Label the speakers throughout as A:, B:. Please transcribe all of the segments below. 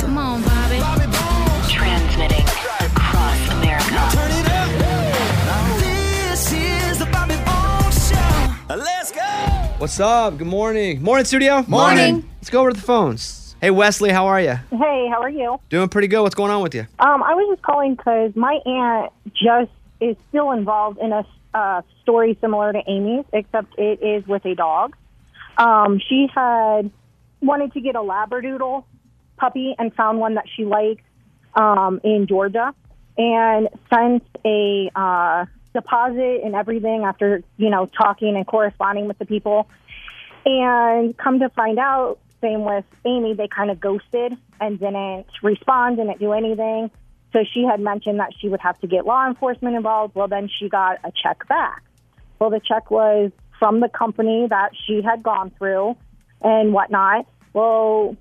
A: Come on, Bobby.
B: Transmitting across America.
C: Turn it up. This is the Bobby Bones Show. Let's go.
D: What's up? Good morning. Morning, studio.
E: Morning.
D: Let's go over to the phones. Hey, Wesley, how are you?
F: Hey, how are you?
D: Doing pretty good. What's going on with you?
F: Um, I was just calling because my aunt just is still involved in a uh, story similar to Amy's, except it is with a dog. Um, she had wanted to get a Labradoodle puppy and found one that she liked um, in Georgia, and sent a uh, deposit and everything after you know talking and corresponding with the people. And come to find out, same with Amy, they kind of ghosted and didn't respond, didn't do anything. So she had mentioned that she would have to get law enforcement involved. Well, then she got a check back. Well, the check was from the company that she had gone through and whatnot. Well,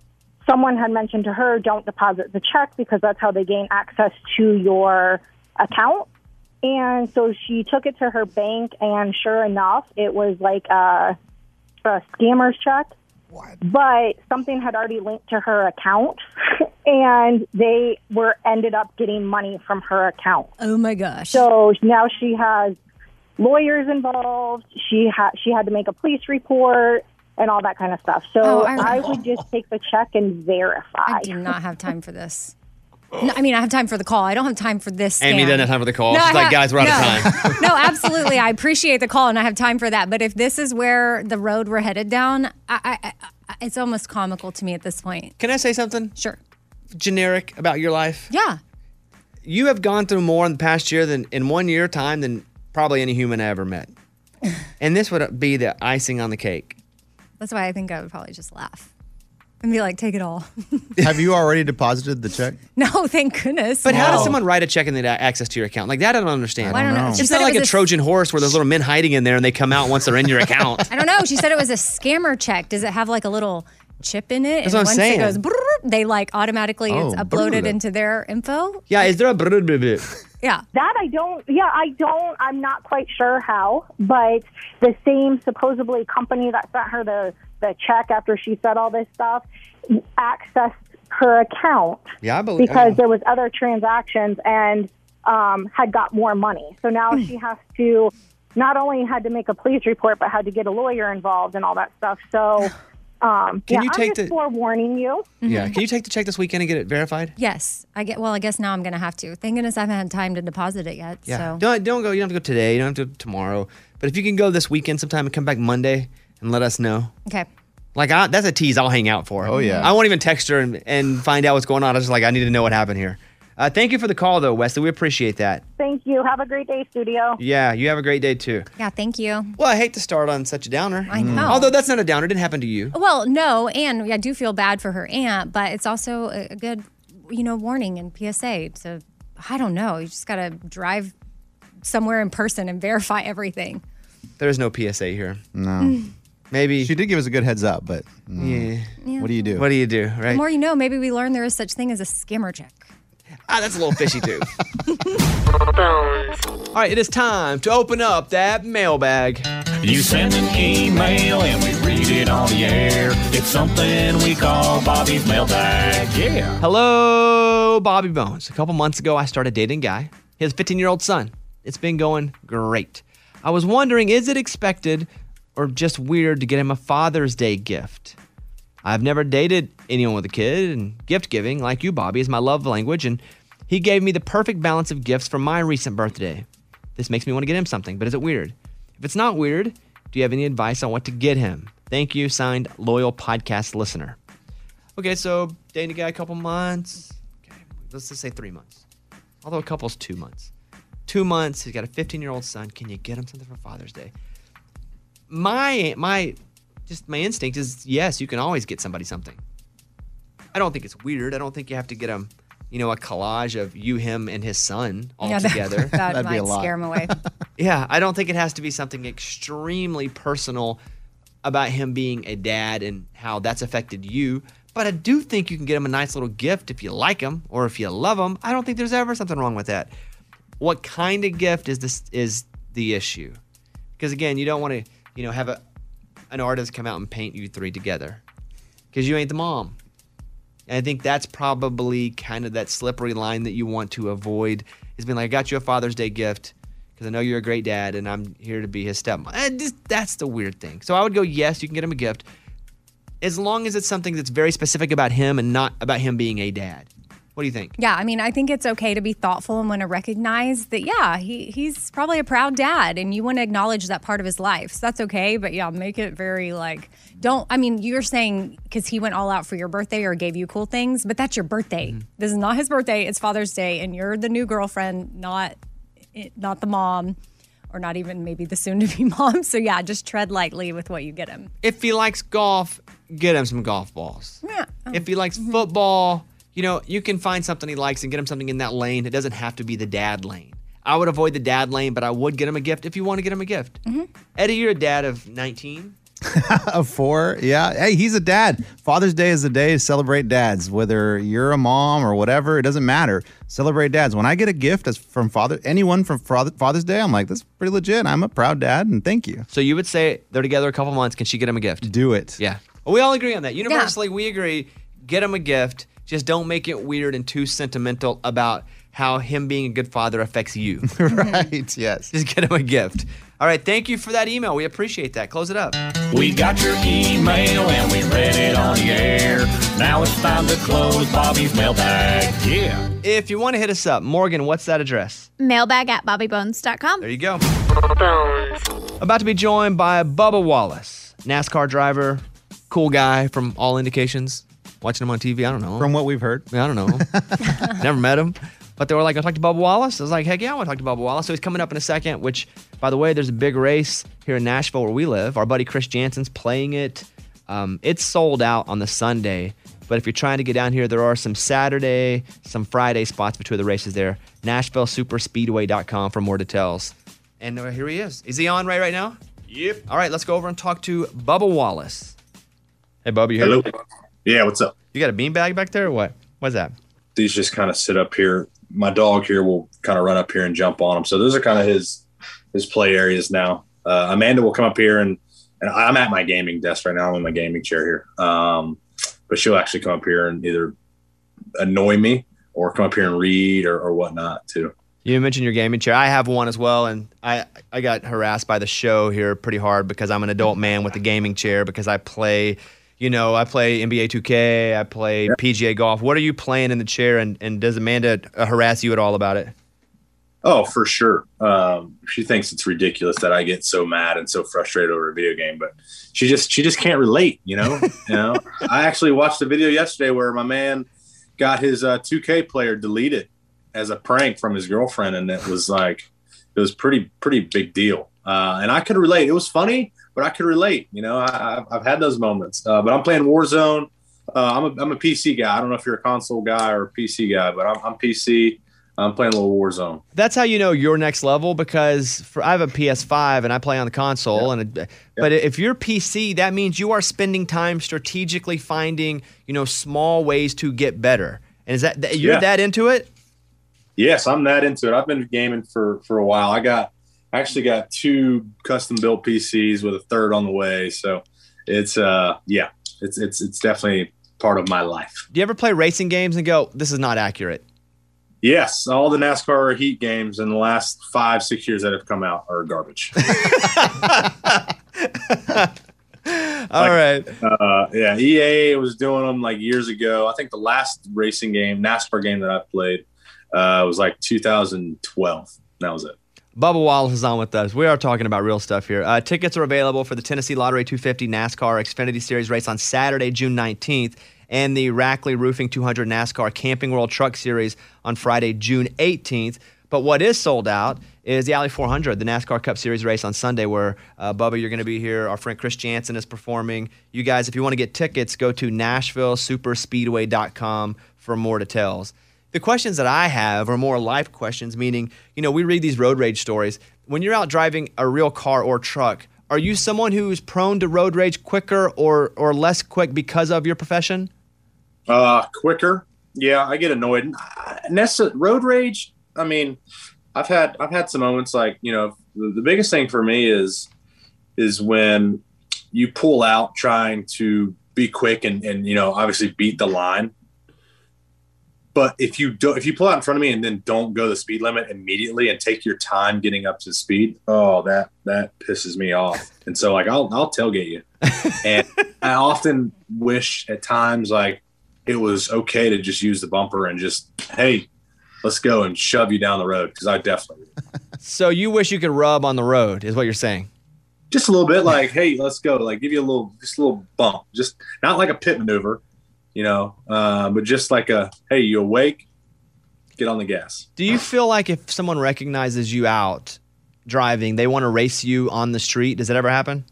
F: someone had mentioned to her, don't deposit the check because that's how they gain access to your account. And so she took it to her bank, and sure enough, it was like a, a scammer's check but something had already linked to her account and they were ended up getting money from her account
E: Oh my gosh.
F: so now she has lawyers involved she had she had to make a police report and all that kind of stuff so
E: Oh, I-
F: I, would just take the check and verify
E: I do not have time for this. No, I mean, I have time for the call. I don't have time for this. Scam.
D: Amy doesn't have time for the call.
E: No,
D: She's
E: I
D: like,
E: ha-
D: guys, we're out
E: no.
D: of time.
E: no, absolutely. I appreciate the call, and I have time for that. But if this is where the road we're headed down, I, I, I, it's almost comical to me at this point.
D: Can I say something
E: Sure.
D: generic about your life?
E: Yeah.
D: You have gone through more in the past year than in one year time than probably any human I ever met. and this would be the icing on the cake.
E: That's why I think I would probably just laugh and be like, "Take it all."
G: Have you already deposited the check?
E: no, thank goodness.
D: But how does
E: No.
D: someone write a check and then access to your account? Like that, I don't understand.
E: Well, I don't know.
G: know.
E: She
D: It's
E: said
D: not
E: it
D: like a
E: was
D: Trojan horse where there's little men hiding in there and they come out once they're in your account.
E: I don't know. She said it was a scammer check. Does it have like a little chip in it?
D: That's
E: and
D: what
E: once
D: I'm
E: it
D: saying.
E: goes, brrrr, they like automatically it's
G: Oh,
E: uploaded
G: brrrr.
E: into their info.
D: yeah, is there a
E: Yeah.
F: That I don't, yeah, I don't, I'm not quite sure how, but the same supposedly company that sent her the, the check after she said all this stuff accessed her account
D: Yeah, I uh-huh. believe.
F: because there was other transactions and um, had got more money. So now
D: Hmm.
F: she has to, not only had to make a police report, but had to get a lawyer involved and all that stuff. So, um,
D: Can
F: yeah,
D: you take
F: I'm just
D: the-
F: forewarning you.
D: Yeah. Can you take the check this weekend and get it verified?
E: Yes. I get. Well, I guess now I'm gonna have to. Thank goodness I haven't had time to deposit it yet. So.
D: Don't don't go. You don't have to go today. You don't have to go tomorrow. But if you can go this weekend sometime and come back Monday and let us know.
E: okay.
D: Like I, that's a tease I'll hang out for.
G: Oh, yeah.
D: I won't even text her and, and find out what's going on. I was just like I need to know what happened here. Uh, thank you for the call though, Wesley. We appreciate that.
F: Thank you. Have a great day, studio.
D: Yeah, you have a great day too.
E: Yeah. Thank you.
D: Well, I hate to start on such a downer.
E: I know.
D: Although that's not a downer. It didn't happen to you.
E: Well, no, and I do feel bad for her aunt, but it's also a a good, you know, warning and PSA to. I don't know. You just gotta drive somewhere in person and verify everything. Mm.
D: There's no PSA here. No. Maybe.
G: She did give us a good heads up, but mm,
D: Yeah.
G: what do you do?
D: What do you do, right?
E: The more you know, maybe we learn there is such thing as a scammer check.
D: ah, that's a little fishy too.
B: Bones.
D: All right, it is time to open up that mailbag.
H: You send an email and we read it on the air. It's something we call Bobby's mailbag. Yeah.
D: Hello, Bobby Bones. A couple months ago, I started dating a guy, his 15 year old son. It's been going great. I was wondering, is it expected or just weird to get him a Father's Day gift? I've never dated anyone with a kid, and gift giving, like you, Bobby, is my love language, and he gave me the perfect balance of gifts for my recent birthday. This makes me want to get him something, but is it weird? If it's not weird, do you have any advice on what to get him? Thank you, signed Loyal Podcast Listener. Okay, so dating a guy a couple months. Okay, let's just say three months. Although a couple's two months. Two months. He's got a 15 year old son. Can you get him something for Father's Day? My my, just my instinct is yes. You can always get somebody something. I don't think it's weird. I don't think you have to get him, you know, a collage of you, him, and his son all
E: Yeah,
D: together.
E: That, that
G: That'd
E: might
G: be a lot.
E: scare him away.
D: Yeah, I don't think it has to be something extremely personal about him being a dad and how that's affected you. But I do think you can get him a nice little gift if you like him or if you love him. I don't think there's ever something wrong with that. What kind of gift is this is the issue? Because again, you don't want to, you know, have a an artist come out and paint you three together. Because you ain't the mom. And I think that's probably kind of that slippery line that you want to avoid is being like, I got you a Father's Day gift because I know you're a great dad and I'm here to be his stepmom. And just, that's the weird thing. So I would go, yes, you can get him a gift as long as it's something that's very specific about him and not about him being a dad. What do you think?
E: Yeah, I mean, I think it's okay to be thoughtful and want to recognize that, yeah, he, he's probably a proud dad and you want to acknowledge that part of his life. So that's okay. But yeah, make it very like, don't, I mean, you're saying because he went all out for your birthday or gave you cool things, but that's your birthday. This is not his birthday. It's Father's Day and you're the new girlfriend, not, eh, not the mom or not even maybe the soon to be mom. So yeah, just tread lightly with what you get him.
D: If he likes golf, get him some golf balls.
E: Yeah.
D: If he likes football, you know, you can find something he likes and get him something in that lane. It doesn't have to be the dad lane. I would avoid the dad lane, but I would get him a gift if you want to get him a gift. Eddie, you're a dad of 19.
G: of four. Yeah. Hey, he's a dad. Father's Day is a day to celebrate dads, whether you're a mom or whatever. It doesn't matter. Celebrate dads. When I get a gift as from father, anyone from Father- Father's Day, I'm like, that's pretty legit. I'm a proud dad, and thank you.
D: So you would say they're together a couple months. Can she get him a gift?
G: Do it.
D: Yeah. We all agree on that. Universally, we agree get him a gift. Just don't make it weird and too sentimental about how him being a good father affects you.
G: right. Yes.
D: Just get him a gift. All right. Thank you for that email. We appreciate that. Close it up.
H: We got your email and we read it on the air. Now it's time to close Bobby's mailbag. Yeah.
D: If you want to hit us up, Morgan, what's that address?
A: Mailbag at bobbybones.com.
D: There you go. About to be joined by Bubba Wallace, NASCAR driver, cool guy from all indications. Watching him on TV, I don't know. him.
G: From what we've heard.
D: I don't know. him. Never met him. But they were like, I talked to Bubba Wallace. I was like, heck yeah, I want to talk to Bubba Wallace. So he's coming up in a second, which, by the way, there's a big race here in Nashville where we live. Our buddy Chris Jansen's playing it. Um, it's sold out on the Sunday. But if you're trying to get down here, there are some Saturday, some Friday spots for two of the races there. NashvilleSuperspeedway.com for more details. And uh, here he is. Is he on right right now?
I: Yep.
D: All right, let's go over and talk to Bubba Wallace. Hey, Bubba, you here?
I: Hello. Yeah, what's up?
D: You got a beanbag back there or what? What's that?
I: These just kind of sit up here. My dog here will kind of run up here and jump on them. So those are kind of his his play areas now. Uh, Amanda will come up here and and I'm at my gaming desk right now. I'm in my gaming chair here. Um, but she'll actually come up here and either annoy me or come up here and read or, or whatnot too.
D: You mentioned your gaming chair. I have one as well, and I, I got harassed by the show here pretty hard because I'm an adult man with a gaming chair because I play, you know, I play NBA 2K, I play PGA golf. What are you playing in the chair, and, and does Amanda uh, harass you at all about it?
I: Oh, for sure. Um, she thinks it's ridiculous that I get so mad and so frustrated over a video game, but she just she just can't relate, you know. you know, I actually watched a video yesterday where my man got his uh, 2K player deleted as a prank from his girlfriend, and it was like it was pretty pretty big deal. Uh, and I could relate. It was funny, but I could relate. You know, I, I've, I've had those moments. Uh, but I'm playing Warzone. Uh, I'm a I'm a PC guy. I don't know if you're a console guy or a PC guy, but I'm, I'm PC. I'm playing a little Warzone.
D: That's how you know you're next level because for, I have a PS5 and I play on the console. And it, but if you're PC, that means you are spending time strategically finding you know small ways to get better. And is that, that you're
I: Yeah.
D: that into it?
I: Yes, I'm that into it. I've been gaming for for a while. I got I actually got two custom built PCs with a third on the way. So it's uh yeah, it's it's it's definitely part of my life.
D: Do you ever play racing games and go, this is not accurate?
I: Yes, all the NASCAR heat games in the last five six years that have come out are garbage.
D: All right.
I: uh, yeah, EA was doing them like years ago. I think the last racing game NASCAR game that I played uh, was like 2012. That was it.
D: Bubba Wallace is on with us. We are talking about real stuff here. Uh, tickets are available for the Tennessee Lottery 250 NASCAR Xfinity Series race on Saturday, June 19th, and the Rackley Roofing 200 NASCAR Camping World Truck Series on Friday, June 18th. But what is sold out is the Alley 400, the NASCAR Cup Series race on Sunday, where uh, Bubba, you're going to be here. Our friend Chris Jansen is performing. You guys, if you want to get tickets, go to NashvilleSuperspeedway.com for more details. The questions that I have are more life questions, meaning, you know, we read these road rage stories. When you're out driving a real car or truck, are you someone who's prone to road rage quicker or, or less quick because of your profession?
I: Uh, quicker. Yeah, I get annoyed. Uh, Nessa, road rage. I mean, I've had I've had some moments like you know the, the biggest thing for me is is when you pull out trying to be quick and and you know obviously beat the line But if you do, if you pull out in front of me and then don't go the speed limit immediately and take your time getting up to speed, oh that that pisses me off. And so like I'll I'll tailgate you. and I often wish at times like it was okay to just use the bumper and just hey, let's go and shove you down the road because I definitely
D: So you wish you could rub on the road, is what you're saying.
I: just a little bit like hey let's go like give you a little just a little bump just not like a pit maneuver you know uh, but just like a hey you awake get on the gas
D: Do you feel like if someone recognizes you out driving, they want to race you on the street? Does that ever happen?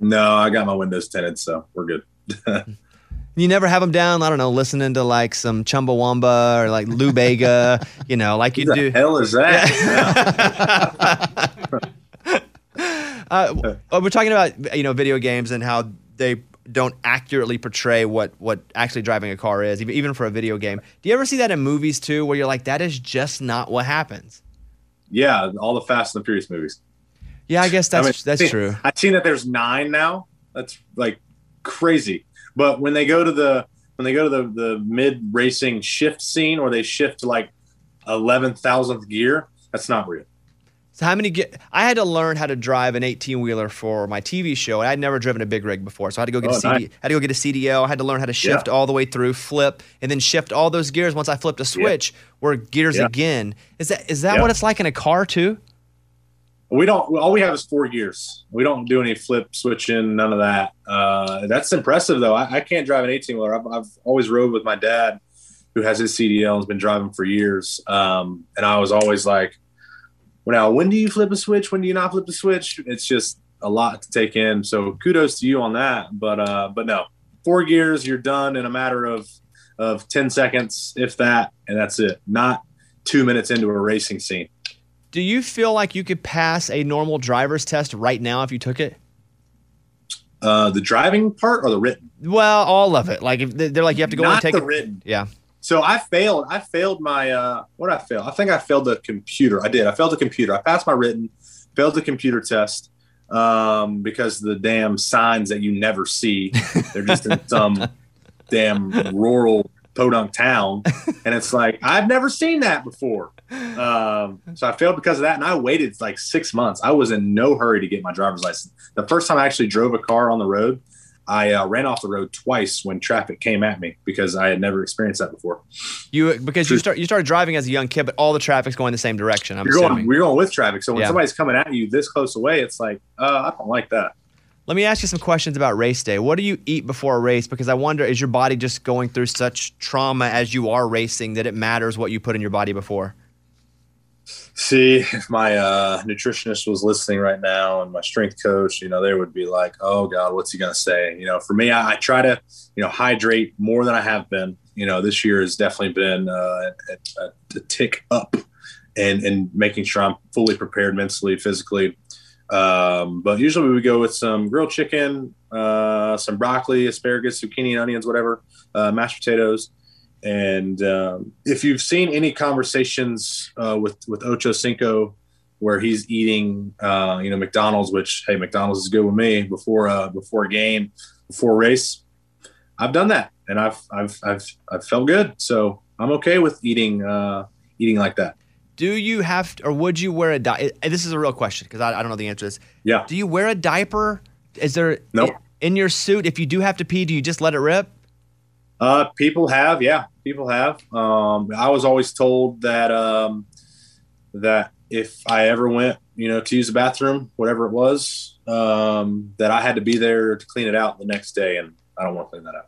I: no i got my windows tinted so we're good
D: You never have them down, I don't know, listening to like some Chumbawamba or like Lou Bega, you know, like you
I: Who the
D: do.
I: hell is that
D: Uh, uh, we're talking about you know video games and how they don't accurately portray what what actually driving a car is, even- even for a video game. Do you ever see that in movies too, where you're like, that is just not what happens?
I: yeah all the fast and the furious movies
D: Yeah, I guess that's
I: I mean,
D: that's
I: I've seen-
D: true.
I: I've seen that there's nine now. That's like crazy. But when they go to the when they go to the the mid racing shift scene where they shift to like eleven thousandth gear, that's not real.
D: So how many? Get, I had to learn how to drive an 18 wheeler for my TV show, and I'd never driven a big rig before, so I had to go get
I: Oh,
D: a CD,
I: nice.
D: had to go get a CDL. I had to learn how to shift all the way through, flip, and then shift all those gears. Once I flipped a switch, were gears
I: Yeah.
D: again. Is that is that
I: Yeah.
D: what it's like in a car too?
I: We don't. All we have is four gears. We don't do any flip switching, none of that. Uh, that's impressive though. I, I can't drive an eighteen wheeler. I've, I've always rode with my dad, who has his CDL and has been driving for years. Um, and I was always like, well, "Now, when do you flip a switch? When do you not flip the switch?" It's just a lot to take in. So kudos to you on that. But uh, but no, four gears. You're done in a matter of of ten seconds, if that, and that's it. Not two minutes into a racing scene.
D: Do you feel like you could pass a normal driver's test right now if you took it?
I: Uh, the driving part or the written?
D: Well, all of it. Like if they- they're like you have to go in and
I: Not
D: take
I: the
D: it.
I: written.
D: Yeah.
I: So I failed. I failed my uh what did I fail? I think I failed the computer. I did. I failed the computer. I passed my written, failed the computer test um because the damn signs that you never see. They're just in some damn rural podunk town and it's like I've never seen that before. Um so I failed because of that and I waited like 6 months. I was in no hurry to get my driver's license. The first time I actually drove a car on the road, I uh, ran off the road twice when traffic came at me because I had never experienced that before.
D: You because you
I: True.
D: start you started driving as a young kid, but all the traffic's going the same direction. I'm
I: you're going
D: assuming.
I: you're going with traffic. So when
D: Yeah.
I: somebody's coming at you this close away, it's like, uh, I don't like that.
D: Let me ask you some questions about race day. What do you eat before a race? Because I wonder, is your body just going through such trauma as you are racing that it matters what you put in your body before?
I: See, if my uh, nutritionist was listening right now and my strength coach, you know, they would be like, oh God, what's he going to say? You know, for me, I, I try to, you know, hydrate more than I have been. You know, this year has definitely been uh, a, a, a tick up and, and making sure I'm fully prepared mentally, physically. Um, but usually we would go with some grilled chicken, uh, some broccoli, asparagus, zucchini, and onions, whatever, uh, mashed potatoes. And um, if you've seen any conversations uh, with with Ocho Cinco, where he's eating, uh, you know, McDonald's, which hey, McDonald's is good with me before uh, before a game, before a race. I've done that, and I've I've I've I've felt good, so I'm okay with eating uh, eating like that.
D: Do you have or would you wear a di- eh, This is a real question because I, I don't know the answer to this.
I: Yeah.
D: Do you wear a diaper? Is there
I: Nope.
D: in your suit? If you do have to pee, do you just let it rip?
I: Uh, people have, yeah, people have. Um, I was always told that um, that if I ever went, you know, to use the bathroom, whatever it was, um, that I had to be there to clean it out the next day, and I don't want to clean that out.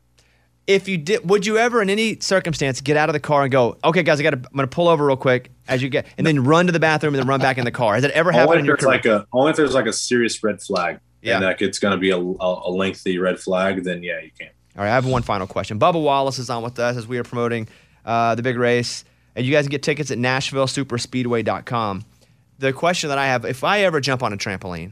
D: if you did, would you ever in any circumstance get out of the car and go, okay, guys, I got to, I'm going to pull over real quick as you get, and then run to the bathroom and then run back in the car? Has that ever
I: Only
D: happened in
I: if
D: your
I: there's
D: career?
I: like a only if there's like a serious red flag,
D: Yeah.
I: and like it's going to be a, a, a lengthy red flag, then yeah, you can.
D: All right, I have one final question. Bubba Wallace is on with us as we are promoting uh, the big race, and you guys can get tickets at NashvilleSuperspeedway.com. The question that I have: If I ever jump on a trampoline,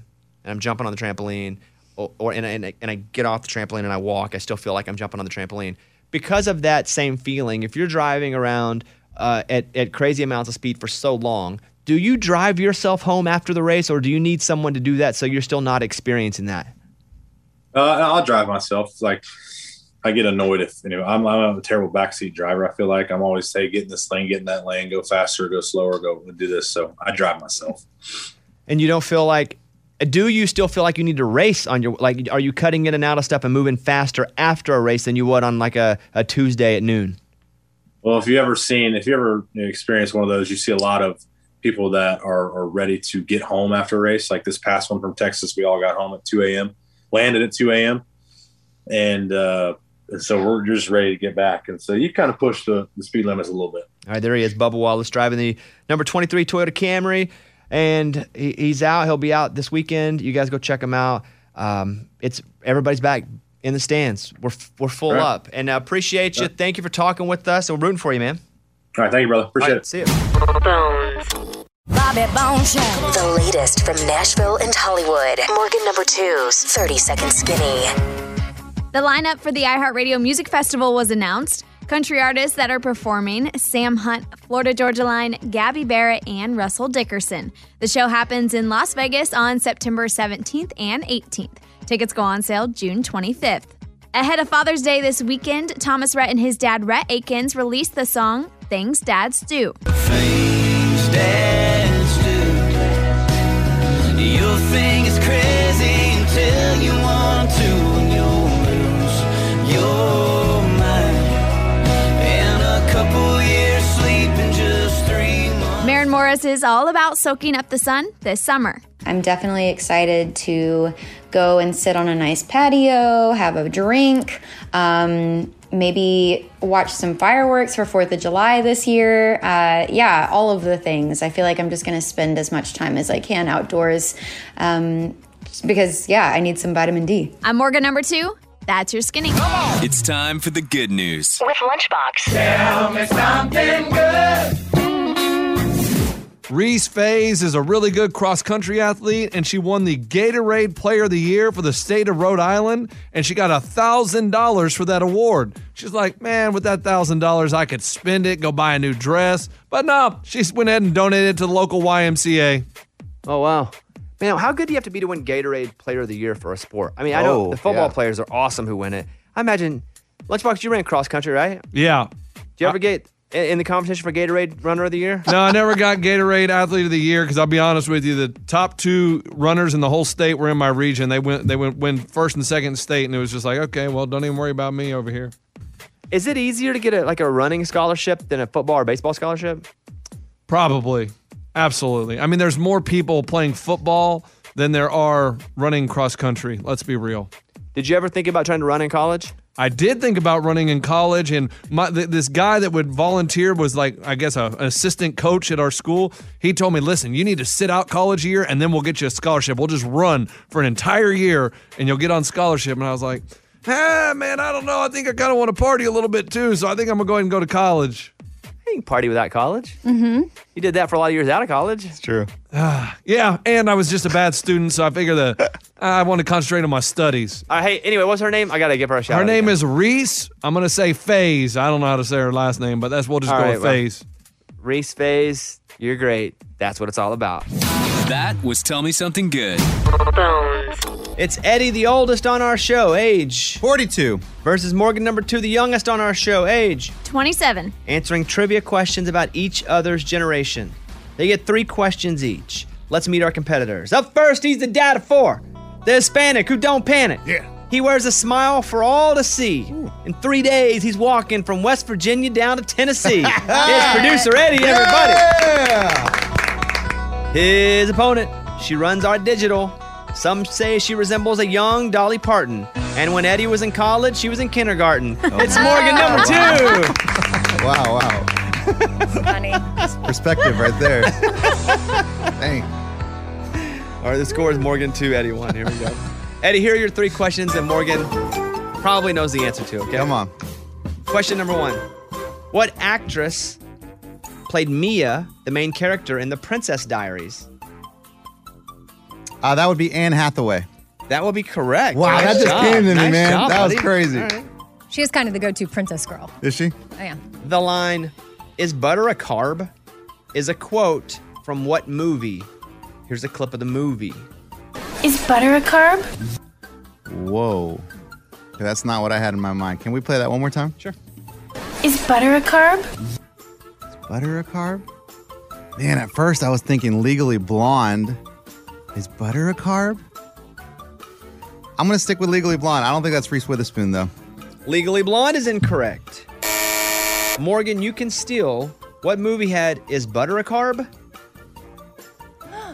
D: and I'm jumping on the trampoline, or, or and, I- and, I- and I get off the trampoline and I walk, I still feel like I'm jumping on the trampoline. Because of that same feeling, if you're driving around uh, at, at crazy amounts of speed for so long, do you drive yourself home after the race, or do you need someone to do that so you're still not experiencing that?
I: Uh, I'll drive myself. Like I get annoyed if anyway. I'm, I'm a terrible backseat driver. I feel like I'm always say get in this lane, get in that lane, go faster, go slower, go do this. So I drive myself.
D: and you don't feel like do you still feel like you need to race on your like are you cutting in and out of stuff and moving faster after a race than you would on like a, a tuesday at noon
I: Well, if you ever seen, if you ever you know, experience one of those, you see a lot of people that are, are ready to get home after a race. Like this past one from Texas, we all got home at 2 a.m., landed at 2 a.m., and uh, and so we're just ready to get back. And so you kind of push the, the speed limits a little bit.
D: all right there he is bubba wallace driving the number 23 toyota camry and he, he's out he'll be out this weekend you guys go check him out um, it's everybody's back in the stands we're, f- we're full
I: All right.
D: up and uh, i appreciate you thank you for talking with us and we're rooting for you man
I: all right thank you brother appreciate
D: it see you
J: Bobby Bone Show. The latest from Nashville and Hollywood. Morgan number two's 30 Second Skinny.
A: The lineup for the iHeartRadio Music Festival was announced. Country artists that are performing Sam Hunt, Florida Georgia Line, Gabby Barrett, and Russell Dickerson. The show happens in Las Vegas on September 17th and 18th. Tickets go on sale June 25th. Ahead of Father's Day this weekend, Thomas Rhett and his dad, Rhett Akins, released the song Things Dads Do.
C: You'll think it's crazy until you want to, and you'll lose your mind. In a couple years, sleeping just three months.
A: Maren Morris is all about soaking up the sun this summer.
K: I'm definitely excited to go and sit on a nice patio, have a drink, um, maybe watch some fireworks for Fourth of July this year. Uh, yeah, all of the things. I feel like I'm just going to spend as much time as I can outdoors um, just because, yeah, I need some vitamin D.
A: I'm Morgan number two. That's your skinny.
L: It's time for the good news.
J: With Lunchbox.
L: Tell me something
J: good.
M: Reese Faze is a really good cross country athlete, and she won the Gatorade Player of the Year for the state of Rhode Island, and she got a thousand dollars for that award. She's like, man, with that thousand dollars, I could spend it, go buy a new dress, but no, she went ahead and donated it to the local YMCA.
D: Oh wow, man, how good do you have to be to win Gatorade Player of the Year for a sport? I mean, I know
M: Oh,
D: the football
M: yeah.
D: players are awesome who win it. I imagine, Lunchbox, you ran cross country, right? Do
M: Yeah.
D: you ever get in in the competition for Gatorade Runner of the Year?
M: Uh, No, I never got Gatorade Athlete of the Year because I'll be honest with you, the top two runners in the whole state were in my region. They went, they went, went first and second in state, and it was just like, okay, well, don't even worry about me over here.
D: Is it easier to get a, like a running scholarship than a football or baseball scholarship?
M: Probably. Absolutely. I mean, there's more people playing football than there are running cross country. Let's be real.
D: Did you ever think about trying to run in college?
M: I did think about running in college, and my, th- this guy that would volunteer was like, I guess, a, an assistant coach at our school. He told me, "Listen, you need to sit out college year, and then we'll get you a scholarship. We'll just run for an entire year, and you'll get on scholarship." And I was like, "Ah, man, I don't know. I think I kind of want to party a little bit too, so I think I'm gonna go ahead and go to college."
D: You can party without college.
M: Mm-hmm.
D: You did that for a lot of years out of college. It's
G: true.
M: yeah, and I was just a bad student, so I figure that I want to concentrate on my studies.
D: All right, hey, anyway, what's her name? I gotta give her a shout.
M: her
D: out
M: name is Reese. I'm gonna say Faze. I don't know how to say her last name, but that's we'll just
D: All
M: go
D: right,
M: with
D: well.
M: Faze.
D: Reese Faze. You're great. That's what it's all about.
L: That was Tell Me Something Good.
D: It's Eddie, the oldest on our show, age
G: 42,
D: versus Morgan, number two, the youngest on our show, age
A: 27.
D: answering trivia questions about each other's generation. They get three questions each. Let's meet our competitors. Up first, he's the dad of four, the Hispanic who don't panic. Yeah. He wears a smile for all to see. In three days, he's walking from West Virginia down to Tennessee. It's producer Eddie, everybody. His opponent, she runs our digital. Some say she resembles a young Dolly Parton. And when Eddie was in college, she was in kindergarten. It's Morgan number two.
G: Wow, wow. funny. Perspective right there. Dang.
D: All right, the score is Morgan 2, Eddie 1. Here we go. Eddie, here are your three questions, and Morgan probably knows the answer to, okay? Come
G: on.
D: Question number one What actress played Mia, the main character in The Princess Diaries?
G: Uh, that would be Anne Hathaway.
D: That would be correct.
G: Wow,
D: Nice
G: that just
D: job.
G: came to me,
D: Nice
G: man.
D: job,
G: that was
D: buddy.
G: crazy.
D: All right.
E: She is kind of the go-to princess girl. Oh,
G: Is she?
E: I am.
D: The line, Is butter a carb? is a quote from what movie? Here's a clip of the movie.
N: Is butter a carb?
G: Whoa. 'Kay, That's not what I had in my mind. Can we play that one more time? Sure.
N: Is butter a carb?
G: Butter a carb? Man, at first I was thinking legally blonde. Is butter a carb? I'm gonna stick with legally blonde. I don't think that's Reese Witherspoon though.
D: Legally Blonde is incorrect. Morgan, you can steal. What movie had Is Butter a Carb?